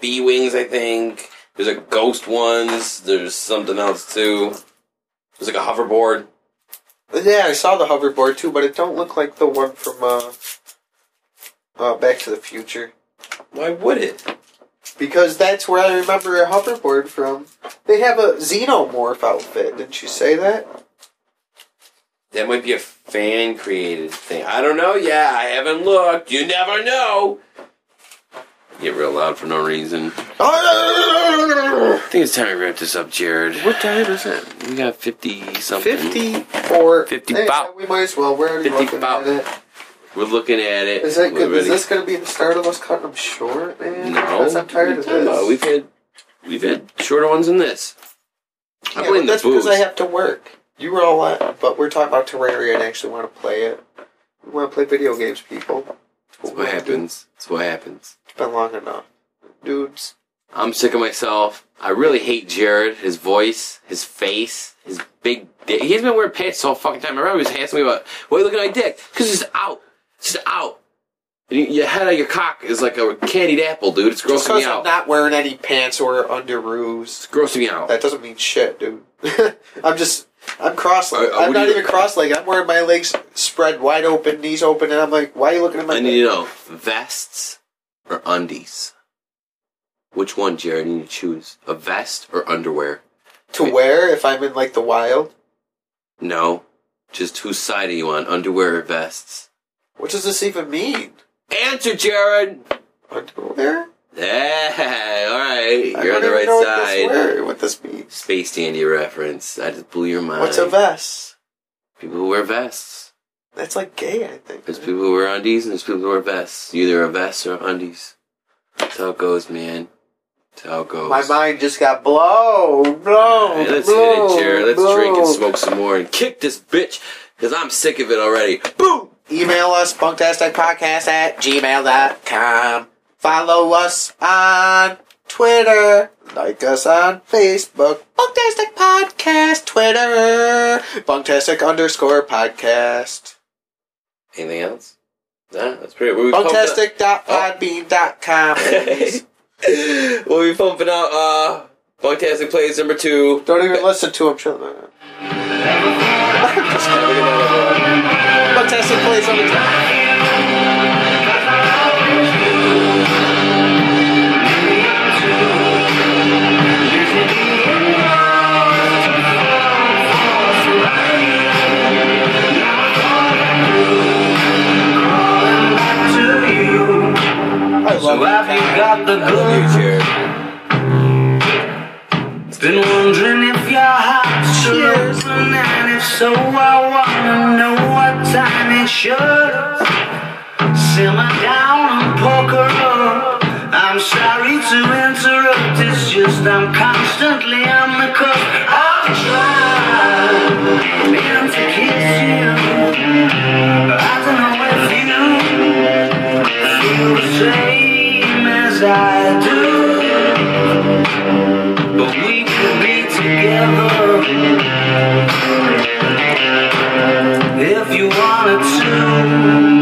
Speaker 3: bee wings. I think. There's like ghost ones. There's something else too. There's like a hoverboard.
Speaker 2: Yeah, I saw the hoverboard too, but it don't look like the one from uh, uh, Back to the Future.
Speaker 3: Why would it?
Speaker 2: Because that's where I remember a hoverboard from. They have a xenomorph outfit. Didn't you say that?
Speaker 3: That might be a fan created thing. I don't know. Yeah, I haven't looked. You never know. Get real loud for no reason. I think it's time to wrap this up, Jared.
Speaker 2: What time is it?
Speaker 3: We got 50 something.
Speaker 2: Fifty-four.
Speaker 3: Fifty
Speaker 2: Hey,
Speaker 3: bout.
Speaker 2: We might as well. We're already
Speaker 3: Fifty
Speaker 2: looking
Speaker 3: bout.
Speaker 2: at it.
Speaker 3: We're looking at it.
Speaker 2: Is that
Speaker 3: We're
Speaker 2: good? Is
Speaker 3: ready.
Speaker 2: this gonna be the start of us cutting them short, man?
Speaker 3: No.
Speaker 2: Because I'm tired of
Speaker 3: What are you talking about?
Speaker 2: this.
Speaker 3: We've had we've had shorter ones than this. I
Speaker 2: Yeah,
Speaker 3: blame
Speaker 2: but
Speaker 3: the
Speaker 2: that's
Speaker 3: booze.
Speaker 2: because I have to work. You were all out, but we're talking about Terraria and actually want to play it. We want to play video games, people.
Speaker 3: That's what happens. That's what happens.
Speaker 2: It's been long enough, dudes.
Speaker 3: I'm sick of myself. I really hate Jared. His voice, his face, his big dick. He's been wearing pants the whole fucking time. I remember he was asking me about, why are you looking at my dick? Because it's out. It's just out. And you- your head of your cock is like a candied apple, dude. It's
Speaker 2: Just
Speaker 3: grossing me
Speaker 2: because I'm
Speaker 3: out.
Speaker 2: not wearing any pants or underoos,
Speaker 3: it's grossing me out.
Speaker 2: that doesn't mean shit, dude. (laughs) I'm just, I'm cross-legged.
Speaker 3: Uh,
Speaker 2: I'm
Speaker 3: uh, what do
Speaker 2: not
Speaker 3: you-
Speaker 2: even cross-legged. I'm wearing my legs spread wide open, knees open, and I'm like, why are you looking at my?
Speaker 3: I need
Speaker 2: dick?
Speaker 3: to know vests or undies. Which one, Jared? You need to choose a vest or underwear.
Speaker 2: to wear if I'm in like the wild.
Speaker 3: No, just whose side are you on? Underwear or vests?
Speaker 2: What does this even mean?
Speaker 3: Answer, Jared.
Speaker 2: Underwear?
Speaker 3: Yeah, all right.
Speaker 2: I
Speaker 3: You're
Speaker 2: don't
Speaker 3: on the
Speaker 2: even
Speaker 3: right
Speaker 2: know what this
Speaker 3: side.
Speaker 2: word- what this means?
Speaker 3: Space Dandy reference. I just blew your mind.
Speaker 2: What's a vest?
Speaker 3: People who wear vests.
Speaker 2: That's like gay, I think.
Speaker 3: There's people who wear undies and there's people who wear vests. Either a vest or undies. That's how it goes, man. That's how it goes.
Speaker 2: My mind just got blown, blown,
Speaker 3: Alright, let's
Speaker 2: blown,
Speaker 3: hit it, Jared. Let's
Speaker 2: blown.
Speaker 3: drink and smoke some more and kick this bitch because I'm sick of it already. Boom!
Speaker 2: Email us, punktasticpodcast at gmail.com. Follow us on Twitter. Like us on Facebook. Punktastic Podcast Twitter. Punktastic underscore podcast.
Speaker 3: Anything else? Nah, that's pretty. We'll be pumping up- Oh. (laughs)
Speaker 2: Punktastic.podbean.com.
Speaker 3: we'll be pumping out uh, Funktastic Plays number two.
Speaker 2: Don't even listen to him. Shut (laughs) up. Fantastic plays on the time. I love
Speaker 3: So
Speaker 2: that
Speaker 3: have
Speaker 2: guy.
Speaker 3: you
Speaker 4: Got the
Speaker 3: I love you,
Speaker 4: good.
Speaker 3: Jared.
Speaker 4: Been wondering if your heart's still open, and if so, I wanna know what time it should. Simmer down and poker up. I'm sorry to interrupt, it's just I'm constantly on the cusp. I've tried been to kiss you. I don't know if you feel the same as I do. But we could be together if you wanted to.